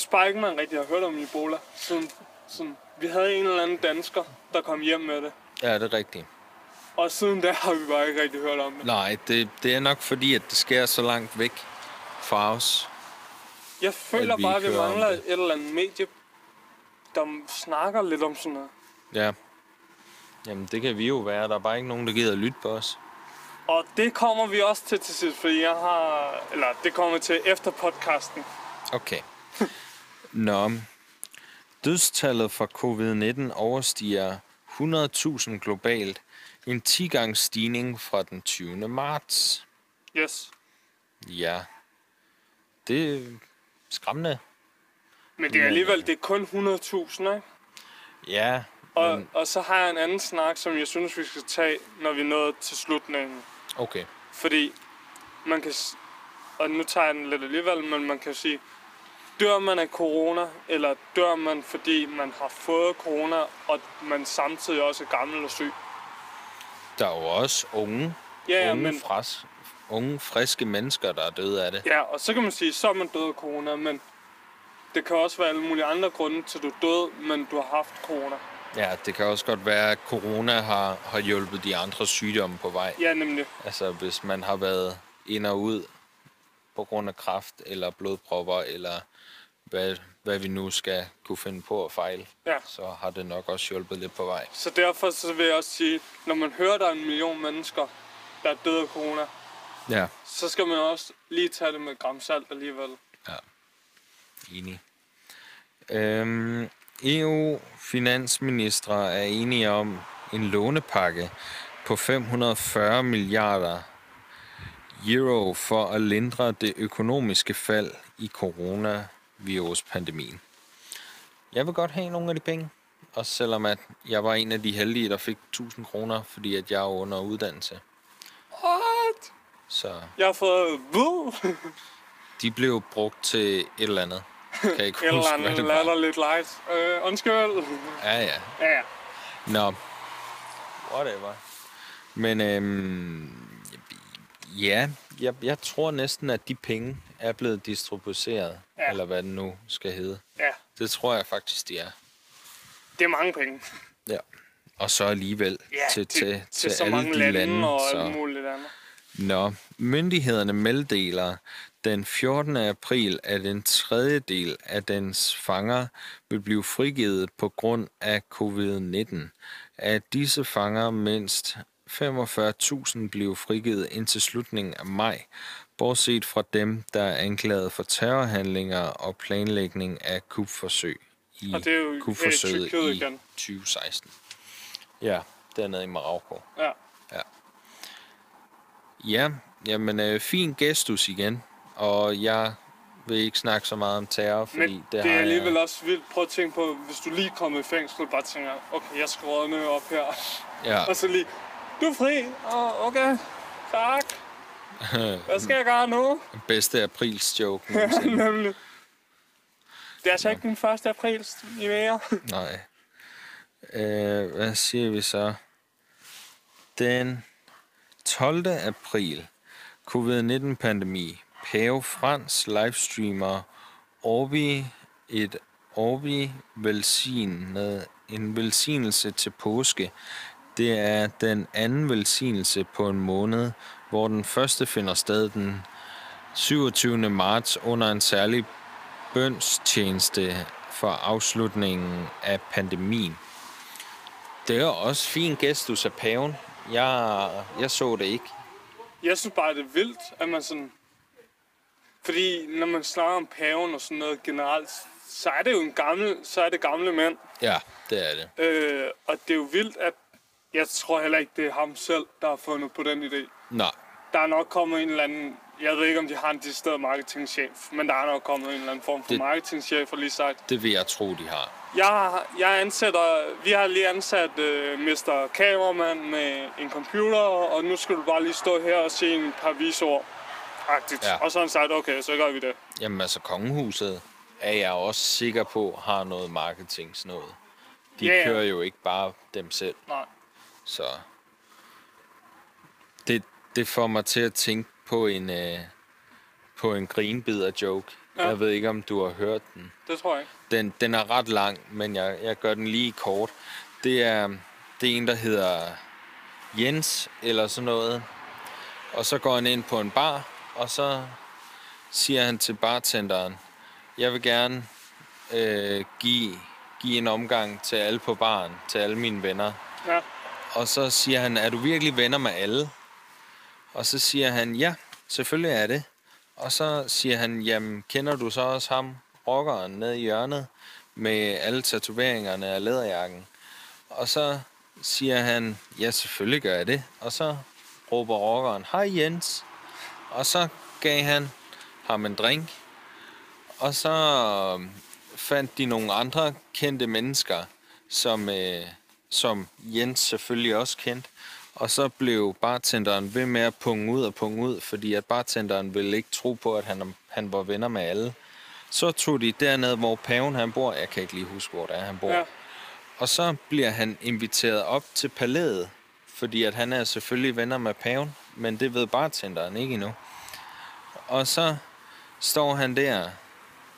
synes bare ikke, man rigtig har hørt om Ebola. Sådan, sådan, vi havde en eller anden dansker, der kom hjem med det.
Ja, det er rigtigt.
Og siden da har vi bare ikke rigtig hørt om det.
Nej, det, det er nok fordi, at det sker så langt væk fra os.
Jeg føler
At vi
bare, at
ikke
vi
hører om
mangler
det.
et eller andet medie, der snakker lidt om sådan noget.
Ja. Jamen, det kan vi jo være. Der er bare ikke nogen, der gider at lytte på os.
Og det kommer vi også til til sidst, fordi jeg har... Eller det kommer vi til efter podcasten.
Okay. Nå. Dødstallet for covid-19 overstiger 100.000 globalt. en 10 gange stigning fra den 20. marts.
Yes.
Ja, det er skræmmende.
Men det er alligevel, det er kun 100.000, ikke?
Ja,
Og, mm. og så har jeg en anden snak, som jeg synes, vi skal tage, når vi er nået til slutningen.
okay.
Fordi man kan, s- og nu tager jeg den lidt alligevel, men man kan jo sige, dør man af corona, eller dør man, fordi man har fået corona, og man samtidig også er gammel og syg?
Der er jo også unge,
Ja, ja,
unge,
men,
fras, unge friske mennesker, der er døde af det.
ja, og så kan man sige, så er man død af corona, men det kan også være alle mulige andre grunde til, at du er død, men du har haft corona.
Ja, det kan også godt være, at corona har, har hjulpet de andre sygdomme på vej.
Ja, nemlig.
Altså, hvis man har været ind og ud på grund af kræft eller blodpropper, eller hvad, hvad vi nu skal kunne finde på at fejle,
Ja.
så har det nok også hjulpet lidt på vej.
Så derfor så vil jeg også sige, når man hører, der er en million mennesker, der er døde af corona,
Ja.
så skal man også lige tage det med et gram salt alligevel.
Enig. Øhm, EU-finansministre er enige om en lånepakke på 540 milliarder euro for at lindre det økonomiske fald i coronaviruspandemien. Jeg vil godt have nogle af de penge, også selvom at jeg var en af de heldige, der fik 1000 kroner, fordi at jeg er under uddannelse.
What?
Så
Jeg har fået ved,
de blev brugt til et eller andet. Kan jeg ikke huske,
eller
hvad
andet
det var.
latter lidt light. Øh, undskyld.
Ja, ja.
Ja, ja.
Nå. Whatever. Men øhm, ja, jeg, jeg tror næsten, at de penge er blevet distribueret,
Ja.
ja. eller hvad den nu skal hedde.
ja.
Det tror jeg faktisk, de er.
Det er mange penge.
Ja. Og så alligevel
Ja,
til, til, til,
til så
alle
mange
de
lande,
lande.
og
så.
alt muligt andet.
Nå, myndighederne meddeler den 14. april, at en tredjedel af dens fanger vil blive frigivet på grund af covid-19. Af disse fanger mindst 45.000 blev frigivet indtil slutningen af maj, bortset fra dem, der er anklaget for terrorhandlinger og planlægning af kupforsøg i,
Og det er jo her i
kupforsøget
Tyrkiet
i
igen.
2016. Ja, dernede i Marokko.
Ja.
Ja, jamen øh, fin gestus igen. Og jeg vil ikke snakke så meget om terror, fordi
Men
det,
det, det er
har
alligevel
jeg...
også vildt. Prøv at tænke på, hvis du lige er kommet i fængsel, bare tænker, okay, jeg skal rådne op her.
Ja,
Og så lige, du er fri. Åh, okay, tak. Hvad skal jeg gøre nu?
bedste aprils joke nogensinde.
Nemlig. Det er altså ikke den 1. april i mere.
Nej. Øh, hvad siger vi så? Den 12. april. Covid-19-pandemi. Pave Frans livestreamer Orbi et Orbi velsignet en velsignelse til påske. Det er den anden velsignelse på en måned, hvor den første finder sted den 27. marts under en særlig bønstjeneste for afslutningen af pandemien. Det er også fin gestus af paven. Jeg, jeg så det ikke.
Jeg synes bare, det er vildt, at man sådan... Fordi når man snakker om paven og sådan noget generelt, så er det jo en gammel, så er det gamle mænd.
Ja, det er det.
Øh, og det er jo vildt, at jeg tror heller ikke, det er ham selv, der har fundet på den idé.
Nej,
Der er nok kommet en eller anden... Jeg ved ikke, om de har en decideret marketingchef, men der er nok kommet en eller anden form for
Det-
marketingchef og lige sagt,
det vil jeg tro, de har.
jeg, jeg ansætter, vi har lige ansat øh, Mr. Kameramand med en computer, og nu skal du bare lige stå her og se en par visor. Agtigt. Ja.
Ja.
Og så har han sagt, okay, så gør vi det.
Jamen altså, kongehuset er jeg også sikker på har noget marketingsnået. De
Ja, ja.
yeah. kører jo ikke bare dem selv,
Nej.
så... Det, det får mig til at tænke på en, øh, på en grinbider-joke.
Ja.
Ja. Jeg ved ikke, om du har hørt den.
Det tror jeg ikke.
Den, den er ret lang, men jeg, jeg gør den lige kort. Det er, det er en, der hedder Jens eller sådan noget. Og så går han ind på en bar, og så siger han til bartenderen, jeg vil gerne øh, give, give en omgang til alle på baren, til alle mine venner.
Ja.
Og så siger han, er du virkelig venner med alle? Og så siger han, ja, selvfølgelig er det. Og så siger han, jamen, kender du så også ham, rockeren nede i hjørnet, med alle tatoveringer af læderjakken? Og så siger han, ja, selvfølgelig gør jeg det. Og så råber rockeren, hej Jens. Og så gav han ham en drink. Og så øh, fandt de nogle andre kendte mennesker, som, øh, som Jens selvfølgelig også kendte. Og så blev bartenderen ved med at punge ud og punge ud, fordi at bartenderen ville ikke tro på, at han, han var venner med alle. Så tog de derned, hvor paven han bor. Jeg kan ikke lige huske, hvor det er, han bor.
Ja.
Ja. Og så bliver han inviteret op til palæet, fordi at han er selvfølgelig venner med paven, men det ved bartenderen ikke endnu. Og så står han der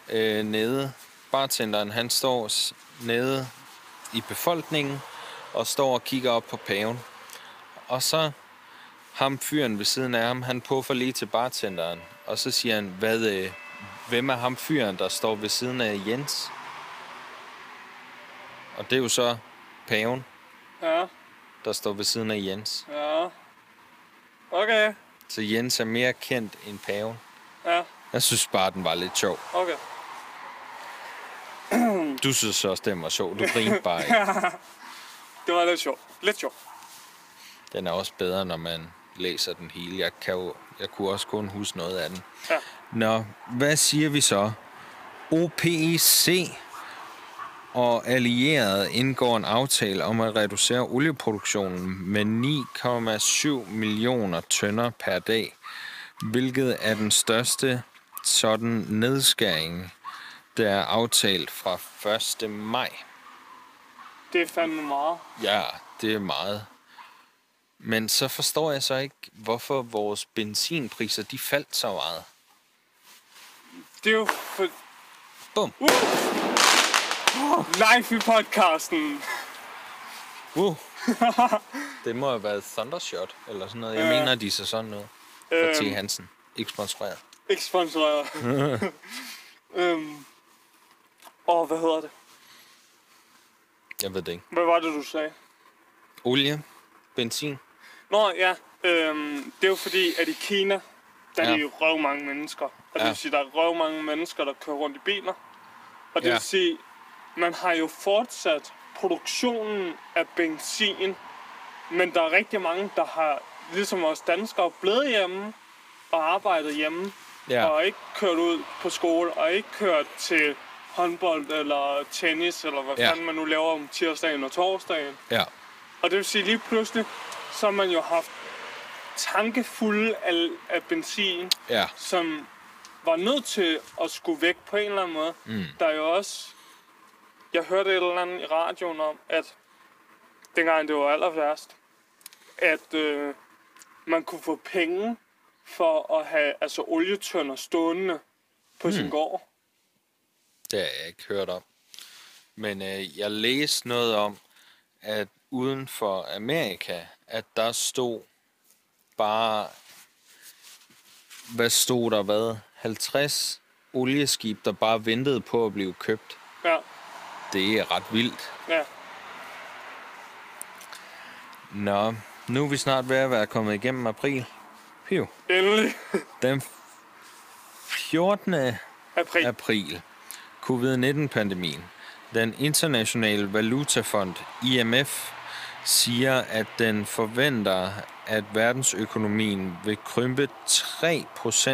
øh, nede. Bartenderen, han står s- nede i befolkningen og står og kigger op på paven. Og så ham fyren ved siden af ham, han puffer lige til bartenderen. Og så siger han, hvad, øh, hvem er ham fyren, der står ved siden af Jens? Og det er jo så paven,
Ja,
der står ved siden af Jens.
ja. Okay,
Så Jens er mere kendt end paven.
ja,
Jeg synes bare, den var lidt sjov.
okay.
Du synes også, den var sjov. Du griner bare ikke.
Det var lidt sjovt. Lidt sjovt.
Den er også bedre, når man læser den hele. Jeg, kan jo, jeg kunne også kun huske noget af den.
Ja.
Nå, hvad siger vi så? OPEC og allierede indgår en aftale om at reducere olieproduktionen med 9,7 millioner tønder per dag, hvilket er den største sådan nedskæring, der er aftalt fra 1. maj.
Det er fandme meget.
Ja, det er meget. Men så forstår jeg så ikke, hvorfor vores benzinpriser de faldt så meget.
Det er jo for...
Bum.
Uh! Live i podcasten.
Uh. det må have været Thundershot, eller sådan noget. Jeg
Ja.
mener, de ser sådan ud.
Øh.
Fra T. Hansen. Ikke sponsoreret.
Øhm, Ikke sponsoreret. øhm. Og hvad hedder det?
Jeg ved det ikke.
Hvad var det, du sagde?
Olie, benzin.
Nå ja, øhm, det er jo fordi, at i Kina, der er
Ja.
de jo røv mange mennesker. Og det
Ja.
vil sige, der er røv mange mennesker, der kører rundt i biler. Og det
Ja.
vil sige, man har jo fortsat produktionen af benzin, men der er rigtig mange, der har, ligesom os danskere, blevet hjemme og arbejdet hjemme.
Ja.
Og ikke kørt ud på skole, og ikke kørt til håndbold eller tennis, eller hvad
Ja.
fanden man nu laver om tirsdagen og torsdagen.
Ja.
Og det vil sige, lige pludselig, så har man jo haft tanke fulde af, af benzin,
Ja.
som var nødt til at skulle væk på en eller anden måde. Mm. Der er jo også... Jeg hørte et eller andet i radioen om, at dengang det var aller værst, at øh, man kunne få penge for at have altså, olietønder stående på mm. sin gård.
Det har jeg ikke hørt om. Men øh, jeg læste noget om, at uden for Amerika, at der stod bare, hvad stod der, hvad? 50 olieskib, der bare ventede på at blive købt.
Ja,
Det er ret vildt.
ja.
Nå, nu er vi snart ved at være kommet igennem april. Piv.
Endelig.
Den 14.
April.
april. Covid-19-pandemien. Den internationale valutafond IMF siger, at den forventer, at verdensøkonomien vil krympe 3%,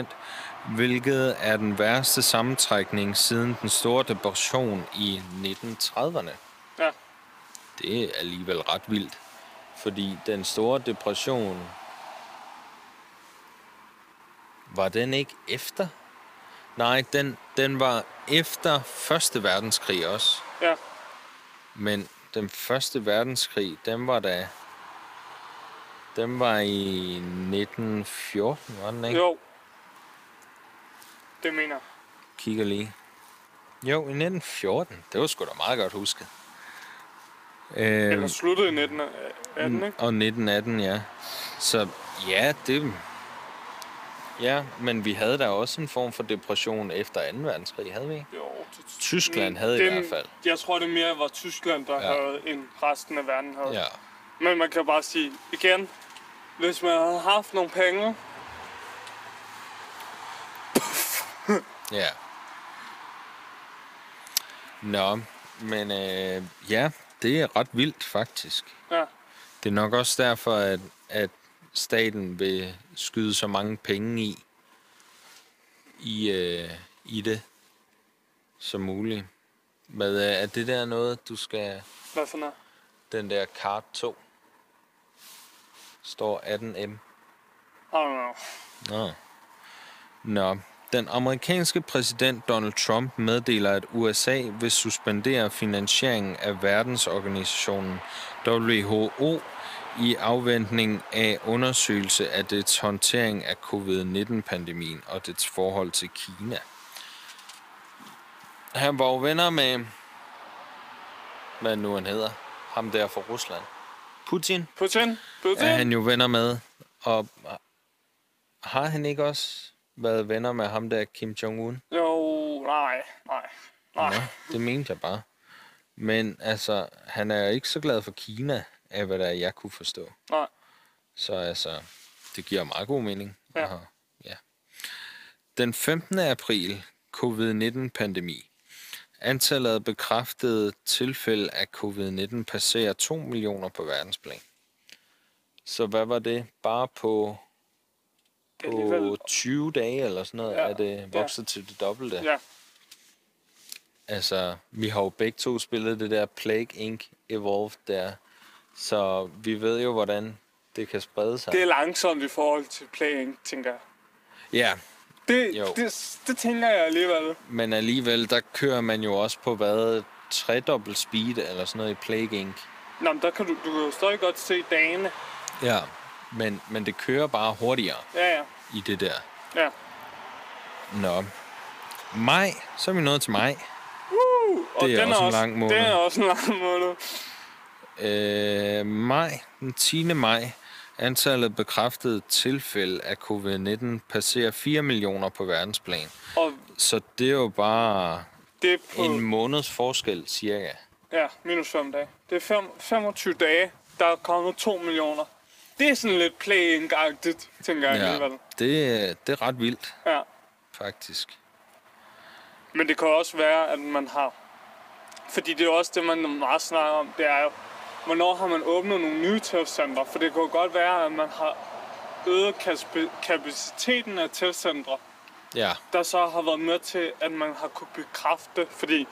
hvilket er den værste sammentrækning siden den store depression i 1930'erne.
Ja.
Det er alligevel ret vildt, fordi den store depression, var den ikke efter? Nej, den, den var efter Første Verdenskrig også,
ja.
men den Første Verdenskrig, den var da... Den var i 1914, var den ikke?
Jo. Det mener jeg.
Kigger lige. Jo, i 1914. Det var sgu da meget godt husket.
Eller
Øhm, Mm.
sluttede i 19. 18, ikke?
Og 1918, ja. Så ja, det... Ja, men vi havde da også en form for depression efter 2. verdenskrig, havde vi ikke?
Jo, det,
Tyskland havde i hvert fald.
Jeg tror, det mere var Tyskland, der
Ja.
ja. havde, end resten af verden havde.
Ja.
Men man kan bare sige, igen, hvis man havde haft nogle penge,
Ja. Nå, men øh, ja, Det er ret vildt, faktisk.
Ja.
Det er nok også derfor, at, at staten vil skyde så mange penge i, i, øh, i det som muligt. Hvad øh, er det der noget, du skal...
Hvad for noget?
Den der kart 2 står 18M.
I don't know.
Nå. Nå. Den amerikanske præsident Donald Trump meddeler, at USA vil suspendere finansieringen af verdensorganisationen WHO i afventning af undersøgelse af dets håndtering af covid-19-pandemien og dets forhold til Kina. Han var jo venner med, hvad nu han hedder, ham der fra Rusland. Putin
Putin? Putin?
er han jo venner med. Og har han ikke også været venner med ham der Kim Jong-un?
Jo, nej, nej, nej.
Ja, det mente jeg bare. Men altså, han er jo ikke så glad for Kina, af hvad der er, jeg kunne forstå.
Nej.
Så altså, det giver meget god mening.
Ja.
Aha, ja. Den 15. april, covid-19-pandemi. Antallet af bekræftede tilfælde af covid-19 passerer 2 millioner på verdensplan. Så hvad var det? Bare på,
Det er
på
alligevel...
20 dage eller sådan noget,
Ja,
ja. er det
ja.
vokset til det dobbelte.
Ja,
Altså, vi har jo begge to spillet det der Plague Inc. Evolved der, så vi ved jo, hvordan det kan sprede sig.
det er langsomt i forhold til playing, tænker jeg.
Ja,
Det,
Jo.
det, det tænker jeg alligevel.
men alligevel, der kører man jo også på hvad? Tredobbelt speed eller sådan noget i Plague Inc.
Nå, men der kan du, du kan jo stadig godt se dagene.
Ja. Men, men det kører bare hurtigere
Ja, ja,
i det der.
ja.
Nå. Maj, så er vi nået til maj.
Uh, og
Det er
den
også en
er også,
lang måned.
Det er også en lang måned.
Øh, maj, den 10. maj, antallet af bekræftede tilfælde af covid-19 passerer 4 millioner på verdensplan.
Og
Så det er jo bare
det er på...
en måneds forskel, cirka.
Ja, minus 5 dage. Det er fem, 25 dage, der er kommet 2 millioner. Det er sådan lidt playing agtigt tænker jeg ja. alligevel.
det, det er ret vildt,
Ja.
faktisk.
Men det kan også være, at man har... Fordi det er også det, man meget snakker om, det er jo, hvornår har man åbnet nogle nye testcentre? For det kan jo godt være, at man har øget kaspe- kapaciteten af testcentre,
Ja,
der så har været med til, at man har kunne bekræfte. Fordi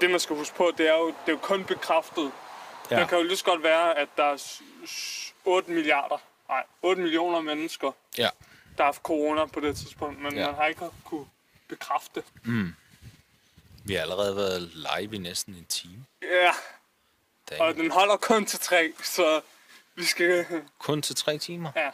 det, man skal huske på, det er jo, det er jo kun bekræftet. Ja. Der kan jo lige så godt være, at der er s- s- 8 milliarder, nej, 8 millioner mennesker,
ja.
der har haft corona på det tidspunkt, men
Ja.
ja. man har ikke kunne bekræfte.
Vi har allerede været live i næsten en time.
Ja,
Dang.
og den holder kun til tre, så vi skal...
Kun til tre timer.
Ja,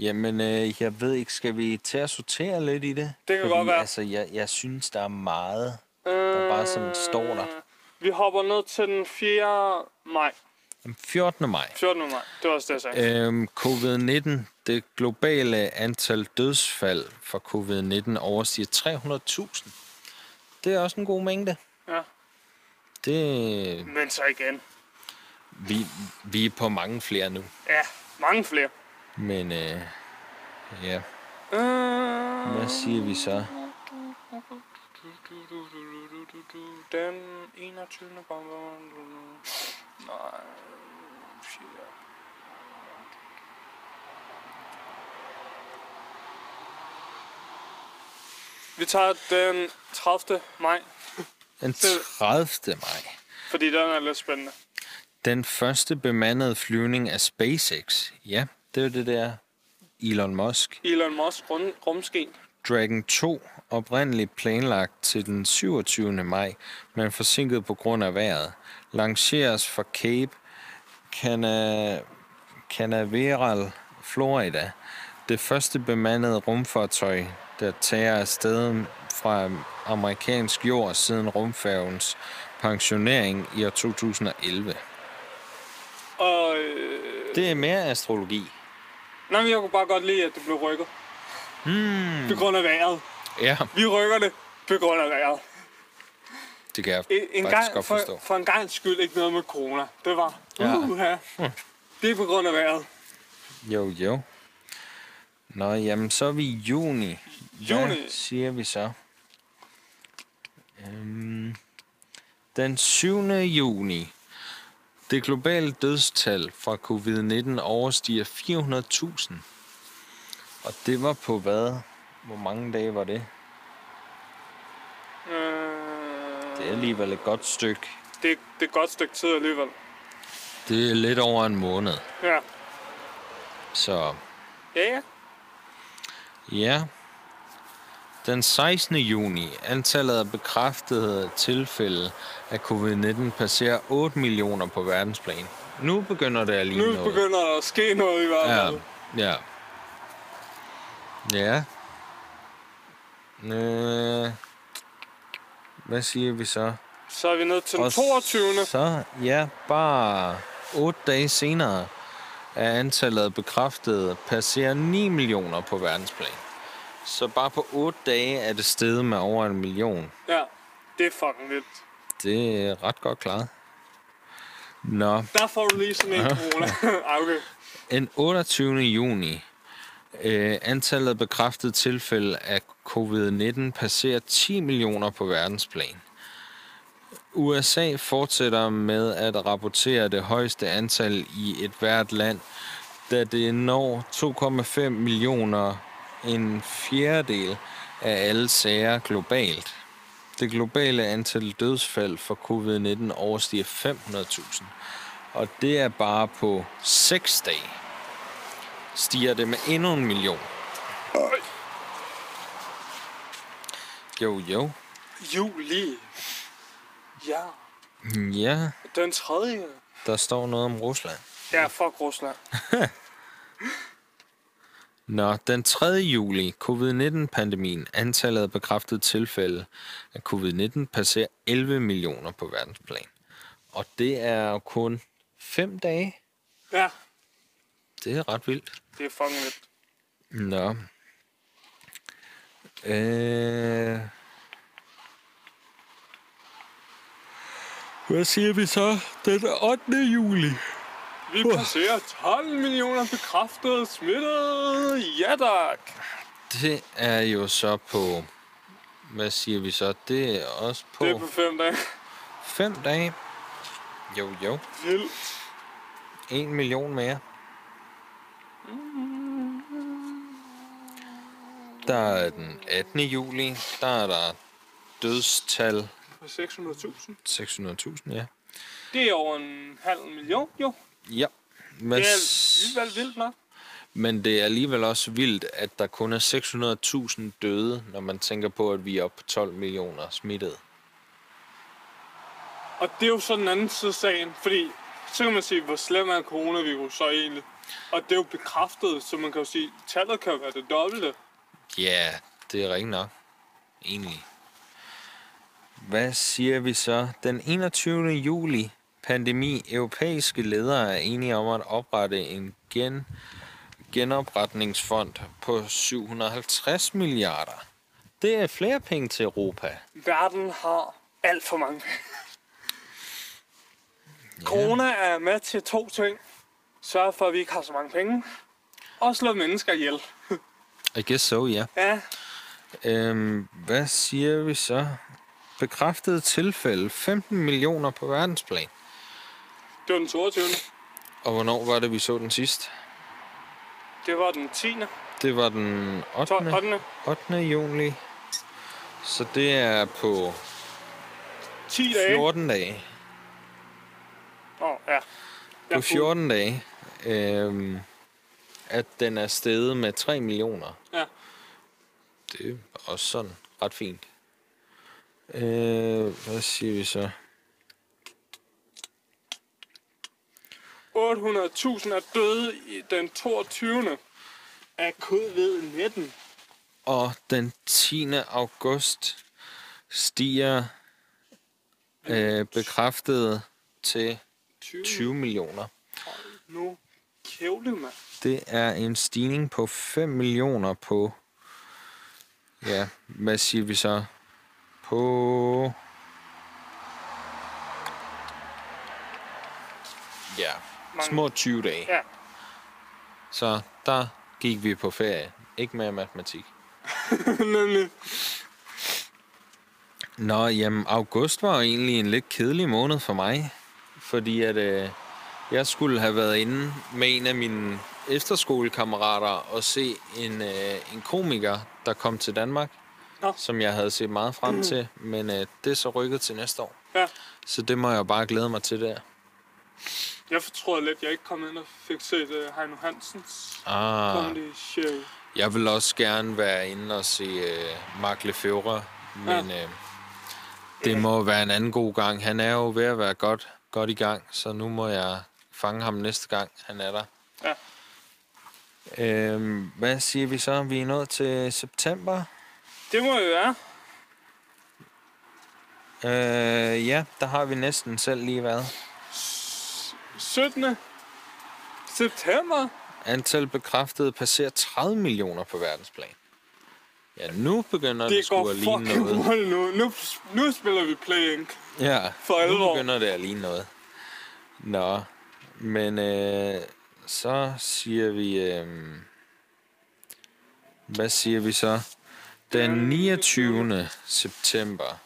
Jamen, øh, jeg ved ikke, skal vi til at sortere lidt i det?
Det kan godt være.
Altså, jeg, jeg synes, der er meget,
øh,
der bare sådan står der.
vi hopper ned til den 4. maj.
Den 14. maj.
14. maj, det var også det, jeg sagde.
Øhm, Covid-19, det globale antal dødsfald for covid-19 overstiger 300.000. Det er også en god mængde.
Ja.
Det,
Men så igen,
vi, vi er på mange flere nu,
ja, mange flere.
men øh, ja,
Øh,
hvad siger vi så?
Den 21. bomber. Nej. shit. Vi tager den 30. maj,
Den 30. maj.
fordi den er lidt spændende.
Den første bemandede flyvning af SpaceX. Ja, det er det der Elon Musk.
Elon Musk rund, rumsken.
Dragon 2, oprindeligt planlagt til den 27. maj, men forsinket på grund af vejret, lanceres fra Cape Cana- Canaveral, Florida. Det første bemandede rumfartøj, der tager afsted fra amerikansk jord siden rumfærgens pensionering i år 2011.
Og øh,
Det er mere astrologi.
nej, men jeg kunne bare godt lide, at det blev rykket. Hmm. På grund af vejret.
Ja,
Vi rykker det på grund af vejret.
det kan jeg
En en
faktisk
gang,
godt
for,
forstå.
for en gang skyld ikke noget med corona. Det var,
Ja. Hm.
ja. uh, det er på grund af vejret.
Jo, jo. Nå, jamen, så er vi i juni. Hvad
Juni.
siger vi så? Øhm, Den 7. juni. Det globale dødstal fra covid-19 overstiger 400.000. Og det var på hvad? Hvor mange dage var det?
Øh,
Det er alligevel et godt stykke.
det, det er et godt stykke tid alligevel.
Det er lidt over en måned.
Ja.
Så
Ja, ja.
Ja. Den 16. juni antallet af bekræftede tilfælde af covid-19 passerer 8 millioner på verdensplan. Nu begynder det at ligne
Nu
noget.
begynder der at ske noget i hvert
ja.
fald.
ja. Ja. Øh, hvad siger vi så?
Så er vi nået til den
Og
22.
Så, ja, bare 8 dage senere er antallet af bekræftede passerer 9 millioner på verdensplan. Så bare på 8 dage er det steget med over en million.
Ja, det er fucking vildt.
Det er ret godt klaret. Nå,
Der får du lige sådan en corona. Ej, okay.
den 28. juni øh, antallet af bekræftede tilfælde af covid-19 passerer 10 millioner på verdensplan. USA fortsætter med at rapportere det højeste antal i et hvert land, da det når 2,5 millioner, en fjerdedel af alle sager globalt. Det globale antal dødsfald for covid-19 overstiger 500.000, og det er bare på 6 dage stiger det med endnu en million.
Øj.
Jo, jo.
Juli. Ja.
Ja,
Den tredje.
der står noget om Rusland.
Ja, fuck Rusland.
Nå, den 3. juli, covid-19-pandemien, antallet af bekræftede tilfælde af covid-19 passerer 11 millioner på verdensplan. Og det er jo kun 5 dage.
Ja,
Det er ret vildt.
det er fucking vildt.
Nå. Øh... Hvad siger vi så? Den 8. juli.
Vi passerer 12 millioner bekræftede smittede. Ja, tak.
Det er jo så på... Hvad siger vi så? Det er også på
Det er på fem dage.
5 dage. Jo, jo.
Vildt.
1 million mere. Der er den 18. juli. Der er der dødstal
På 600.000.
600.000, ja.
Det er over en halv million, jo.
Ja. Men,
Det er
s-
alligevel vildt nok.
men det er alligevel også vildt, at der kun er 600.000 døde, når man tænker på, at vi er oppe på 12 millioner smittede.
Og det er jo så den anden side af sagen, fordi så kan man sige, hvor slem er coronavirus så egentlig. Og det er jo bekræftet, så man kan jo sige, tallet kan jo være det dobbelte.
Ja, det er rigtigt nok. Egentlig. Hvad siger vi så? Den 21. juli pandemi. Europæiske ledere er enige om at oprette en gen, genopretningsfond på 750 milliarder. Det er flere penge til Europa.
Verden har alt for mange penge. Corona er med til to ting. Sørg for, at vi ikke har så mange penge. Og slå mennesker ihjel.
I guess so, ja. Yeah.
Ja,
Øhm, hvad siger vi så? Bekræftede tilfælde. 15 millioner på verdensplan.
det var den 22.
Og hvornår var det, vi så den sidst?
Det var den 10.
Det var den 8.
12. 8.
8. juli. Så det er på
10 dage.
14 dage.
Nå, ja. Jeg
På
er
14 dage, øhm, at den er steget med 3 millioner.
Ja.
Det er også sådan ret fint. Øh, hvad siger vi så?
800.000 er døde i den 22. af covid-19.
Og den 10. august stiger øh, bekræftet til
20.
20 millioner.
Hold Nu kævle, mand.
Det er en stigning på 5 millioner på... Ja, hvad siger vi så? På... Ja,
Mange.
små 20 dage.
Ja.
Så der gik vi på ferie. Ikke mere matematik.
Nemlig.
Nå, jamen august var jo egentlig en lidt kedelig måned for mig, fordi at øh, jeg skulle have været inde med en af mine efterskolekammerater og se en, øh, en komiker, der kom til Danmark,
Nå.
som jeg havde set meget frem til, men øh, det er så rykket til næste år.
Ja.
Så det må jeg jo bare glæde mig til der.
Jeg fortrød lidt, jeg ikke kom ind og fik set uh, Heino Hansens
Ah,
comedy show.
jeg vil også gerne være inde og se øh, Mark Lefebvre, men øh, det må være en anden god gang. Han er jo ved at være godt, godt i gang, så nu må jeg fange ham næste gang, han er der.
Ja.
Øhm, hvad siger vi så? Vi er nået til september.
Det må jo være.
Øh, ja, der har vi næsten selv lige været.
17. september.
Antal bekræftede passerer 30 millioner på verdensplan. Ja, nu begynder det,
Det går
sgu at ligne
fucking
noget.
hurtigt nu. nu. Nu spiller vi Play Inc.
Ja,
For
nu
alvor.
begynder det at ligne noget. Nå, men øh, så siger vi... Øh, hvad siger vi så? Den
Den
29. september.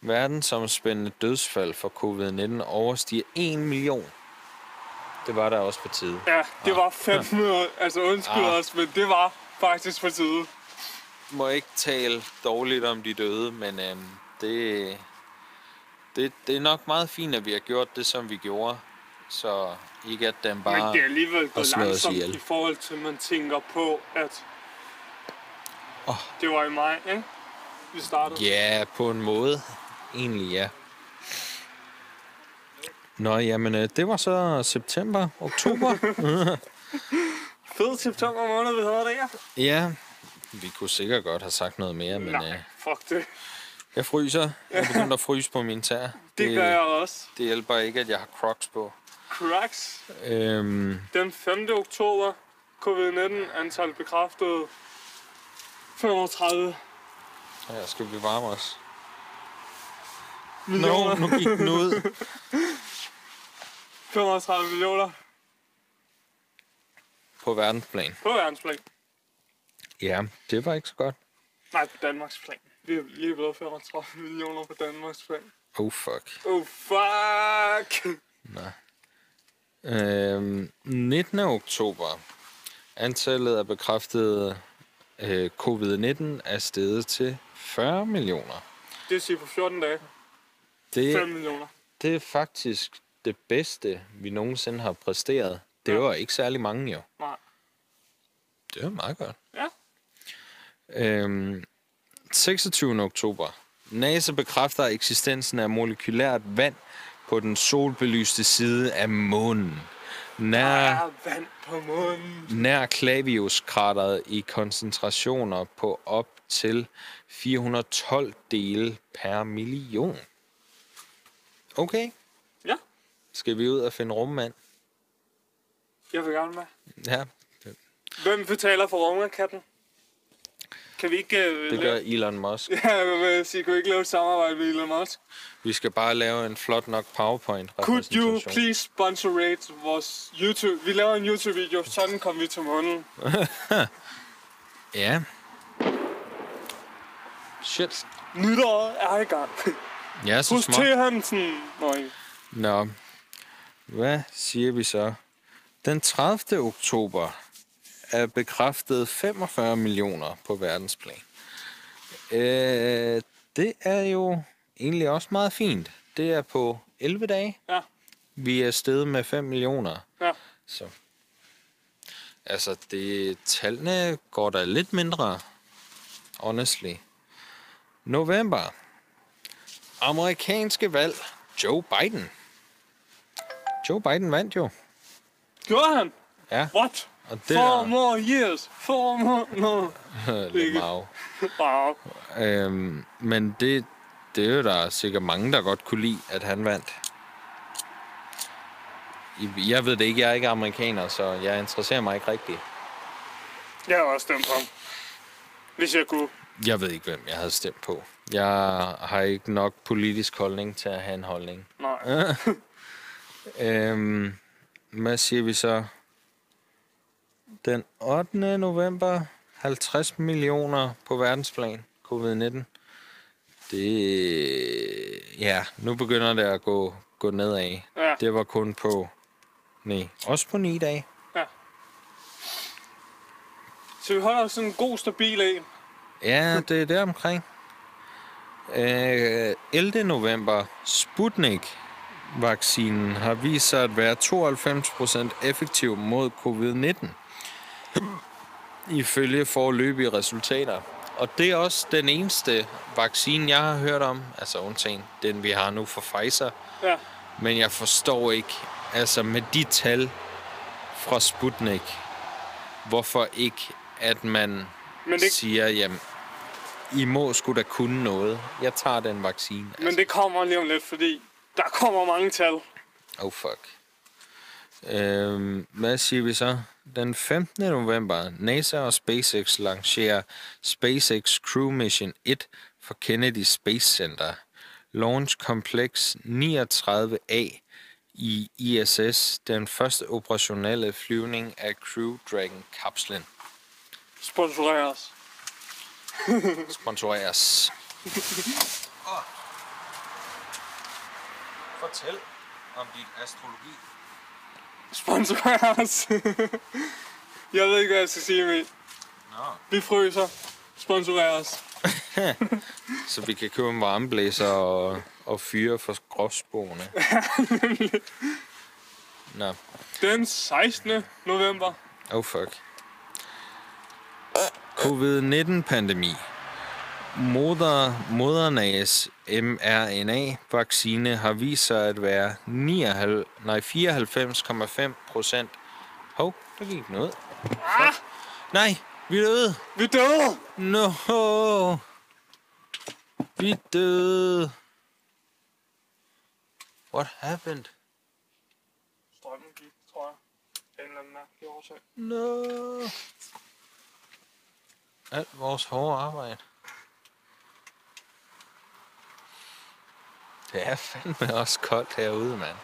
Verdensomspændende dødsfald for covid-19 overstiger 1 million. Det var der også på tide.
Ja, det var 500. Altså undskyld
Ah.
os, men det var faktisk på tide.
må ikke tale dårligt om de døde, men øhm, det, det, det er nok meget fint, at vi har gjort det, som vi gjorde. Så ikke at den
Men
bare...
det er alligevel gået
slå os
langsomt
ihjel.
i forhold til, at man tænker på, at
Åh.
det var i maj, ikke? Vi startede.
Ja, på en måde. Egentlig ja. Nå, jamen, øh, det var så september, oktober.
Fed september måned, vi havde det her.
ja, vi kunne sikkert godt have sagt noget mere, men
Nej,
øh,
fuck det.
jeg fryser. Jeg begynder at fryse på mine tæer.
Det gør jeg også.
det hjælper ikke, at jeg har crocs på.
Cracks.
Øhm,
Den 5. oktober, covid-19, antal bekræftede 35
og jeg skal blive varm også. Nå,
millioner.
nu gik den ud.
35 millioner
på verdensplan.
på verdensplan.
Ja, det var ikke så godt.
Nej, på Danmarks plan. Vi er lige blevet 35 millioner på Danmarks plan.
Oh fuck.
Oh, fuck!
Øhm, 19. oktober. Antallet af bekræftede øh, covid-19 er steget til 40 millioner.
Det vil sige på 14 dage, 5
Det,
millioner.
det er faktisk det bedste, vi nogensinde har præsteret. Det
Ja.
var ikke særlig mange jo.
Nej.
Det var meget godt.
Ja.
Øhm, 26. oktober. NASA bekræfter eksistensen af molekylært vand på den solbelyste side af månen. Nær,
Der er vand på munden.
nær Clavius-krateret i koncentrationer på op til 412 dele per million. Okay,
Ja,
skal vi ud og finde rummand?
jeg vil gerne med.
Ja,
Hvem betaler for rumraketten? Kan vi ikke... Uh,
det gør Elon Musk.
Ja, jeg vil sige, kunne vi ikke lave et samarbejde med Elon Musk?
Vi skal bare lave en flot nok
Could you
PowerPoint-repræsentation.
please sponsorate vores YouTube? Vi laver en YouTube-video, sådan kom vi til månen.
Ja. Shit.
Nytåret er i gang.
Ja, så
Hos T.
smart.
Hansen. Nå, ikke.
Nå. Hvad siger vi så? Den 30. oktober er bekræftet 45 millioner på verdensplan. Øh, det er jo egentlig også meget fint. Det er på 11 dage.
Ja,
Vi er steget med 5 millioner.
ja.
Så. Altså, det, tallene går da lidt mindre, honestly. November. Amerikanske valg. Joe Biden. Joe Biden vandt jo.
Gjorde han?
Ja,
What?
og det
Four
er
more years. Four more... No.
lidt meget.
Wow.
Øhm, men det, det er jo der sikkert mange, der godt kunne lide, at han vandt. Jeg ved det ikke, jeg er ikke amerikaner, så jeg interesserer mig ikke rigtigt.
Jeg har også stemt på ham. Hvis jeg kunne.
Jeg ved ikke, hvem jeg havde stemt på. Jeg har ikke nok politisk holdning til at have en holdning.
Nej.
Øhm, hvad siger vi så? Den 8. november, 50 millioner på verdensplan, covid-19. Det... Ja, nu begynder det at gå, gå nedad.
Ja.
Det var kun på... Nej, også på ni dage.
Ja. Så vi holder sådan en god, stabil en.
Ja, det er der omkring. Øh, 11. november, Sputnik-vaccinen har vist sig at være 92% effektiv mod covid-19. Ifølge forløbige resultater. Og det er også den eneste vaccine, jeg har hørt om, altså undtagen den, vi har nu for Pfizer.
Ja.
Men jeg forstår ikke, altså med de tal fra Sputnik, hvorfor ikke, at man
Men
det...
det,
siger, jamen, I må sgu da kunne noget. Jeg tager den vaccine. Men
men
altså,
det kommer lige om lidt, fordi der kommer mange tal.
oh fuck. Øhm, hvad siger vi så? Den 15. november, NASA og SpaceX lancerer SpaceX Crew Mission 1 fra Kennedy Space Center. Launch Complex 39A i ISS, den første operationelle flyvning af Crew Dragon-kapslen.
Sponsorer os.
sponsoreres. Fortæl om dit astrologi.
Sponsorer os. jeg ved ikke, hvad jeg skal sige, men
Nå.
vi fryser. Sponsorer os.
Så vi kan købe en varmeblæser og, og fyre for gråsboerne. Nå,
Den 16. november.
oh fuck. Covid-19-pandemi. Moder, modernas mRNA-vaccine har vist sig at være 99, nej, 94,5 procent. Hov, der gik den ud.
Ah,
Nej, vi er døde.
vi døde!
No. Vi er døde. What happened?
Strømmen gik, tror jeg. Af En eller anden mærkelig årsag.
No. Alt vores hårde arbejde. Det er fandme også koldt herude, mand.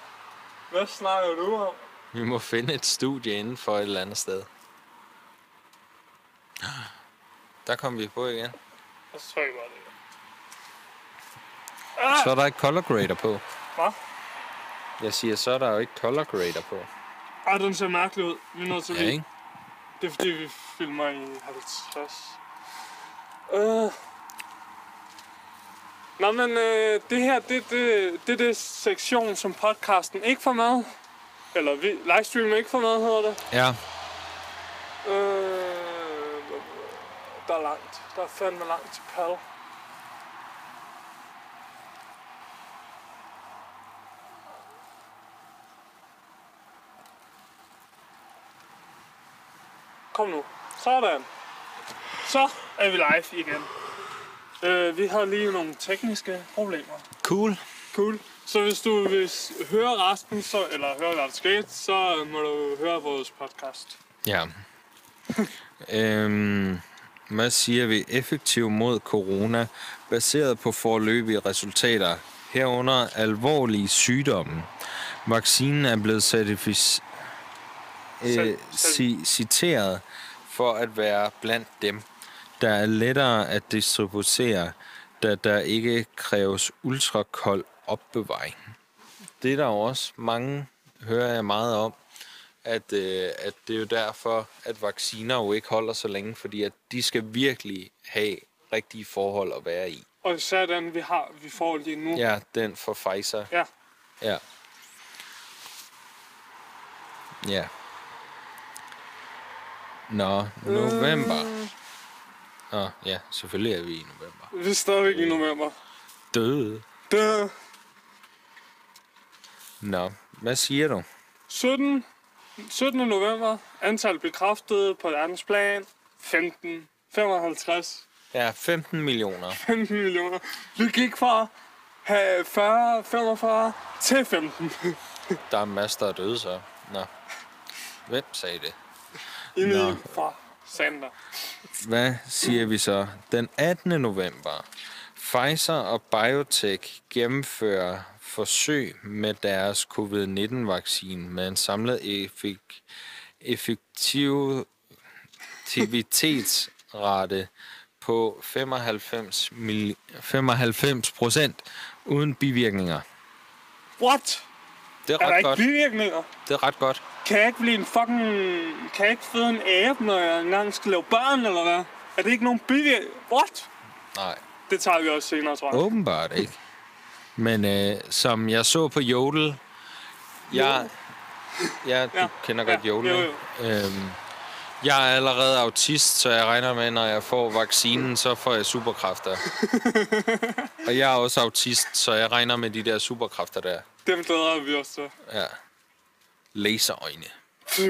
Hvad snakker du om?
Vi må finde et studie inden for et eller andet sted. Der kom vi på igen.
Og så tror jeg bare det.
Så er der ikke color grader på.
Hvad?
Jeg siger, så er der jo ikke color grader på.
Ah, den ser mærkelig ud. Vi er nødt til at
Ja,
vide.
ikke?
Det er fordi, vi filmer i 50. Øh. Nå, men øh, det her, det, det, det er det sektion, som podcasten ikke får med. Eller vi, livestreamen ikke får med, hedder det.
Ja,
Øh, der er langt. Der er fandme langt til Pal. Kom nu. Sådan. Så er vi live igen. Øh, vi havde lige nogle tekniske problemer.
cool.
Cool. Så hvis du vil s- høre resten, så, eller høre, hvad der skete, så må du høre vores podcast.
Ja. øhm, hvad siger vi? Effektiv mod corona, baseret på forløbige resultater, herunder alvorlige sygdomme. Vaccinen er blevet certific- øh,
Selv-
ci- citeret for at være blandt dem, der er lettere at distribuere, da der ikke kræves ultrakold opbevaring. Det er der jo også mange, hører jeg meget om, at, øh, at det er jo derfor, at vacciner jo ikke holder så længe, fordi at de skal virkelig have rigtige forhold at være i.
Og især den, vi har, vi får lige nu.
Ja, den for Pfizer.
ja.
Ja. Ja. Nå, november. Nå, ja, selvfølgelig er vi i november.
Vi er stadigvæk i november.
Døde.
Det
Nå, hvad siger du?
17, 17. november. Antal bekræftede på verdensplan. 15. 55.
Ja, 15 millioner.
15 millioner. Vi gik fra at have 40, 45 til 15
Der er masser, der er døde, så. Nå. Hvem sagde det?
i
Nå.
min fra Sander.
Hvad siger vi så? Den 18. november. Pfizer og BioTech gennemfører forsøg med deres covid-19-vaccine med en samlet effek- effektivitetsrate på 95 mil- 95 procent uden bivirkninger.
What?
Det er
Er der
ret
ikke
godt.
bivirkninger?
Det er ret godt.
Kan jeg ikke blive en fucking... Kan jeg ikke føde en æbe, når jeg engang skal lave børn, eller hvad? Er det ikke nogen bivirkninger? What?
Nej,
Det tager vi også senere, tror jeg.
åbenbart ikke. Men øh, som jeg så på Jodel, jeg, jeg du
Ja,
kender
ja,
godt Jodel,
jo,
ikke? Øhm, jeg er allerede autist, så jeg regner med, når jeg får vaccinen, så får jeg superkræfter. Og jeg er også autist, så jeg regner med de der superkræfter der.
Dem glæder vi os til.
Ja. Laserøjne.
Ej,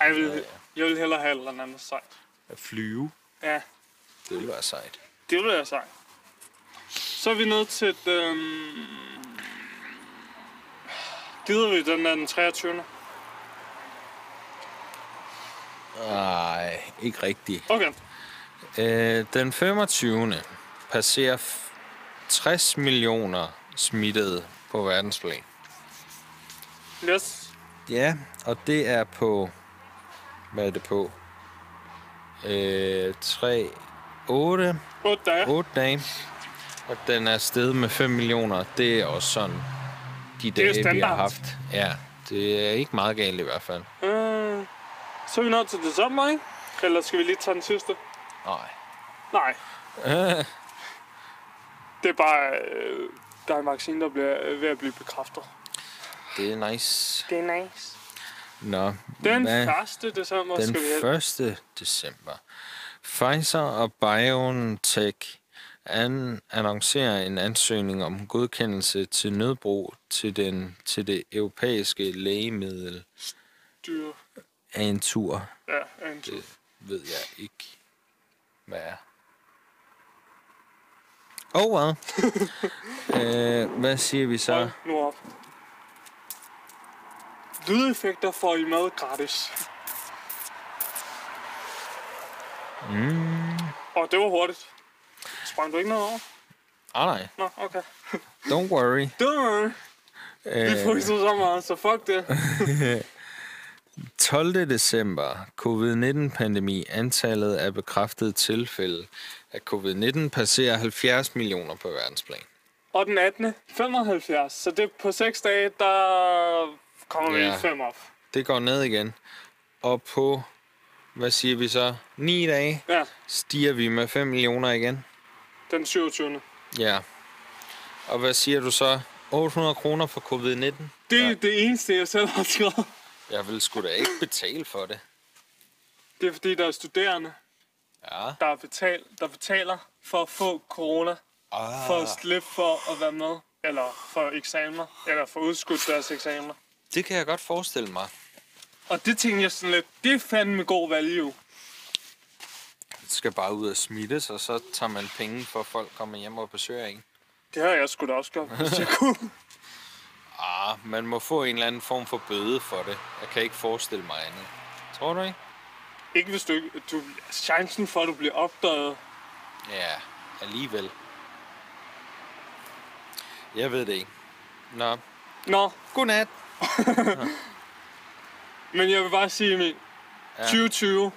jeg vil, jeg vil hellere have et eller andet sejt.
At flyve.
Ja,
Det ville være sejt.
det vil jeg sejt. Så er vi nede til... et, Øhm... Gider vi den der den 23.
Nej, ikke rigtigt.
Okay.
Øh, den 25. passerer f- 60 millioner smittede på verdensplan.
Yes.
Ja, og det er på... Hvad er det på? Øh, 3, 8,
8 dage.
8 dage. Og den er steget med 5 millioner. Det er også sådan, de
er
dage, vi har
standard.
haft. Ja, det er ikke meget galt i hvert fald.
Øh, så er vi nået til december, ikke? Eller skal vi lige tage den sidste?
Nej.
Nej,
Øh,
det er bare... Øh, der er en vaccine, der bliver øh, ved at blive bekræftet.
det er nice.
Det er nice.
Nå,
Den
hvad-
1. december
Den
skal vi have.
1. december. Pfizer og BioNTech an annoncerer en ansøgning om godkendelse til nødbrug til, den, til det europæiske lægemiddel
Dyr.
Agentur.
Ja, en tur.
Det ved jeg ikke, hvad er. Oh well. øh, hvad siger vi så?
Hold nu op. Lydeffekter får I med gratis. Mm. Og det var hurtigt. Sprang du ikke noget over?
Ah, nej,
Nå, okay.
don't worry.
Dømmer! Vi
Øh,
frysede så meget, så fuck det.
12. december, covid-19-pandemi, antallet af bekræftede tilfælde af covid-19 passerer 70 millioner på verdensplan.
Og den 18. 75. Så det er på 6 dage, der kommer vi
Ja.
5 op.
Det går ned igen. Og på, hvad siger vi så, 9 dage
Ja,
stiger vi med 5 millioner igen.
den 27.
Ja. Og hvad siger du så? 800 kroner for covid-19?
Det er ja. det eneste, jeg selv har skrevet.
Jeg vil sgu da ikke betale for det.
Det er fordi, der er studerende,
Ja.
der, er betal, der betaler for at få corona.
Ah.
For at slippe for at være med. Eller for eksamener. Eller for udskudt deres eksamener.
Det kan jeg godt forestille mig.
Og det tænkte jeg sådan lidt, det er fandme god value.
Det skal bare ud og smittes, og så tager man penge for, at folk kommer hjem og besøger en.
Det har jeg sgu da også gjort, hvis jeg kunne.
Ah, man må få en eller anden form for bøde for det. Jeg kan ikke forestille mig andet. Tror du ikke?
Ikke hvis du ikke... Du, chancen for, at du bliver opdaget.
Ja, alligevel. Jeg ved det ikke. Nå,
Nå,
godnat.
Men jeg vil bare sige, Emil, ja.
Ja.
2020,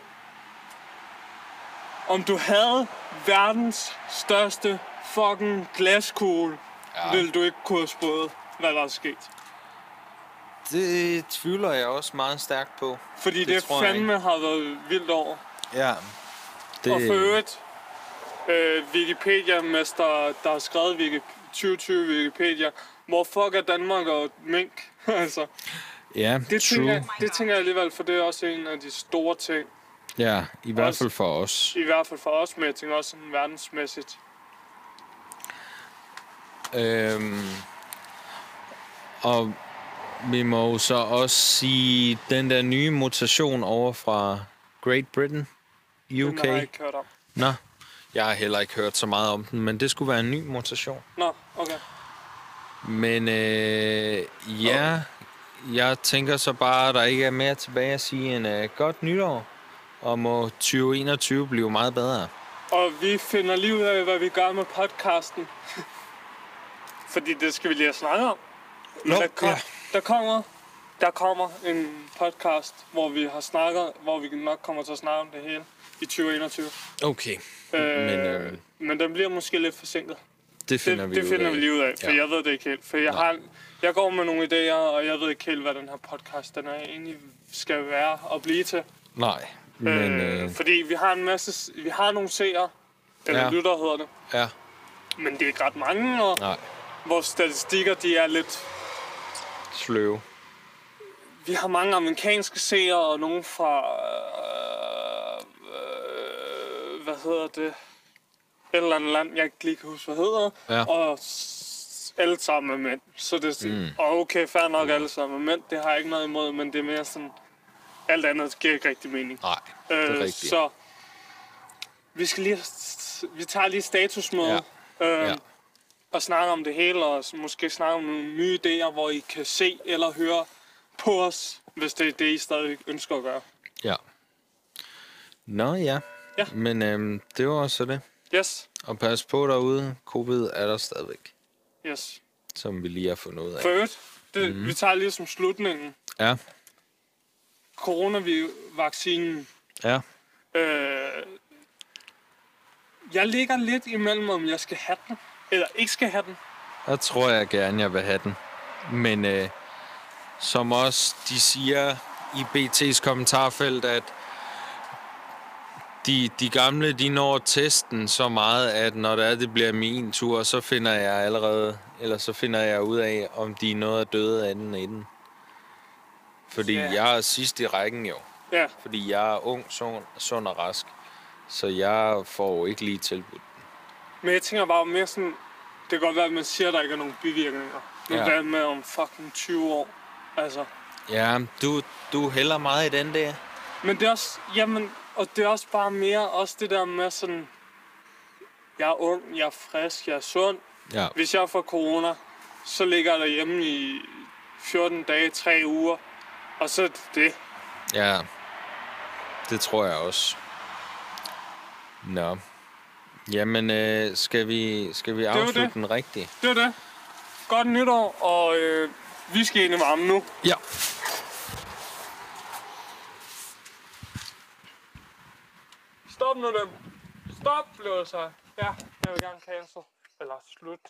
om du havde verdens største fucking glaskugle,
Ja.
ja. ville du ikke kunne have spået, hvad der er sket.
Det tvivler jeg også meget stærkt på.
Fordi det,
Det
det
tror jeg
fandme har været vildt over.
Ja.
Det... Og for øvrigt, øh, Wikipedia-mester, der har skrevet Wiki- 2020 Wikipedia, hvor fuck er Danmark og mink? altså,
ja,
det tænker, jeg,
true.
det tænker jeg alligevel, for det er også en af de store ting.
Ja, i hvert
Også-
fald for os.
I hvert fald for os, men jeg tænker også sådan verdensmæssigt.
Øhm, og vi må jo så også sige, den der nye mutation over fra Great Britain,
Den har jeg
UK.
ikke hørt om.
Nå, jeg har heller ikke hørt så meget om den, men det skulle være en ny mutation.
Nå, okay.
Men øh, ja, jeg tænker så bare, at der ikke er mere tilbage at sige end øh, godt nytår, og må 2021 blive meget bedre.
Og vi finder lige ud af, hvad vi gør med podcasten. Fordi det skal vi lige have snakket om. Men
Nå,
der, kom,
ja.
der, kommer, der kommer en podcast, hvor vi har snakket, hvor vi nok kommer til at snakke om det hele. i 2021.
Okay,
Øh,
Men, øh,
men den bliver måske lidt forsinket.
det finder
det,
vi
det
ud
finder
af.
vi lige ud af, for
Ja.
ja. jeg ved det ikke helt. For jeg,
Nå.
har, jeg går med nogle idéer, og jeg ved ikke helt, hvad den her podcast den er, egentlig skal være og blive til.
Nej, men øh,
Fordi vi har en masse, vi har nogle seere, eller
Ja.
ja. lytter hedder det,
ja,
men det er ikke ret mange, og
nej,
vores statistikker, de er lidt...
sløve.
Vi har mange amerikanske seere, og nogle fra... Øh, øh, hvad hedder det? Et eller andet land, jeg ikke lige kan huske, hvad hedder.
Ja.
Og s- alle sammen er mænd. Så det er sådan, mm. okay, fair nok alle sammen er mænd. Det har jeg ikke noget imod, men det er mere sådan... Alt andet giver ikke rigtig mening.
Nej, det er
Øh,
rigtigt.
Så vi skal lige, vi tager lige statusmøde ja. Øh,
Ja.
ja. og snakker om det hele, og s- måske snakke om nogle nye idéer, hvor I kan se eller høre på os, hvis det er det, I stadig ønsker at gøre.
Ja. Nå ja.
Ja.
Men øhm, det var så det.
Yes,
Og pas på derude. Covid er der stadigvæk,
yes.
som vi lige har fundet ud af.
For øvrigt, det, mm. vi tager lige som slutningen.
Ja,
Coronavaccinen.
ja.
Øh, jeg ligger lidt imellem, om jeg skal have den, eller ikke skal have den.
Der tror jeg gerne, jeg vil have den. Men øh, som også de siger i BT's kommentarfelt, at de, de gamle, de når testen så meget, at når det, er, det bliver min tur, så finder jeg allerede, eller så finder jeg ud af, om de er noget af døde af den inden. Fordi
Ja.
jeg er sidst i rækken jo.
Ja,
Fordi jeg er ung, sund, sund og rask. Så jeg får jo ikke lige tilbudt.
Men jeg tænker bare mere sådan, det kan godt være, at man siger, at der ikke er nogen bivirkninger. Men
Ja.
ja. hvad med om fucking 20 år? Altså.
Ja, du, du hælder meget i den der.
Men det er også, jamen, og det er også bare mere også det der med sådan, jeg er ung, jeg er frisk, jeg er sund.
Ja.
Hvis jeg får corona, så ligger jeg derhjemme i 14 dage, 3 uger. Og så er det det.
Ja, det tror jeg også. Nå. Jamen, øh, skal vi, skal vi
var det.
afslutte den rigtige?
Det er det. Godt nytår, og øh, vi skal ind i varmen nu.
Ja.
Stop nu dem. Stop, blev det så. Ja, jeg vil gerne cancel. Eller slut.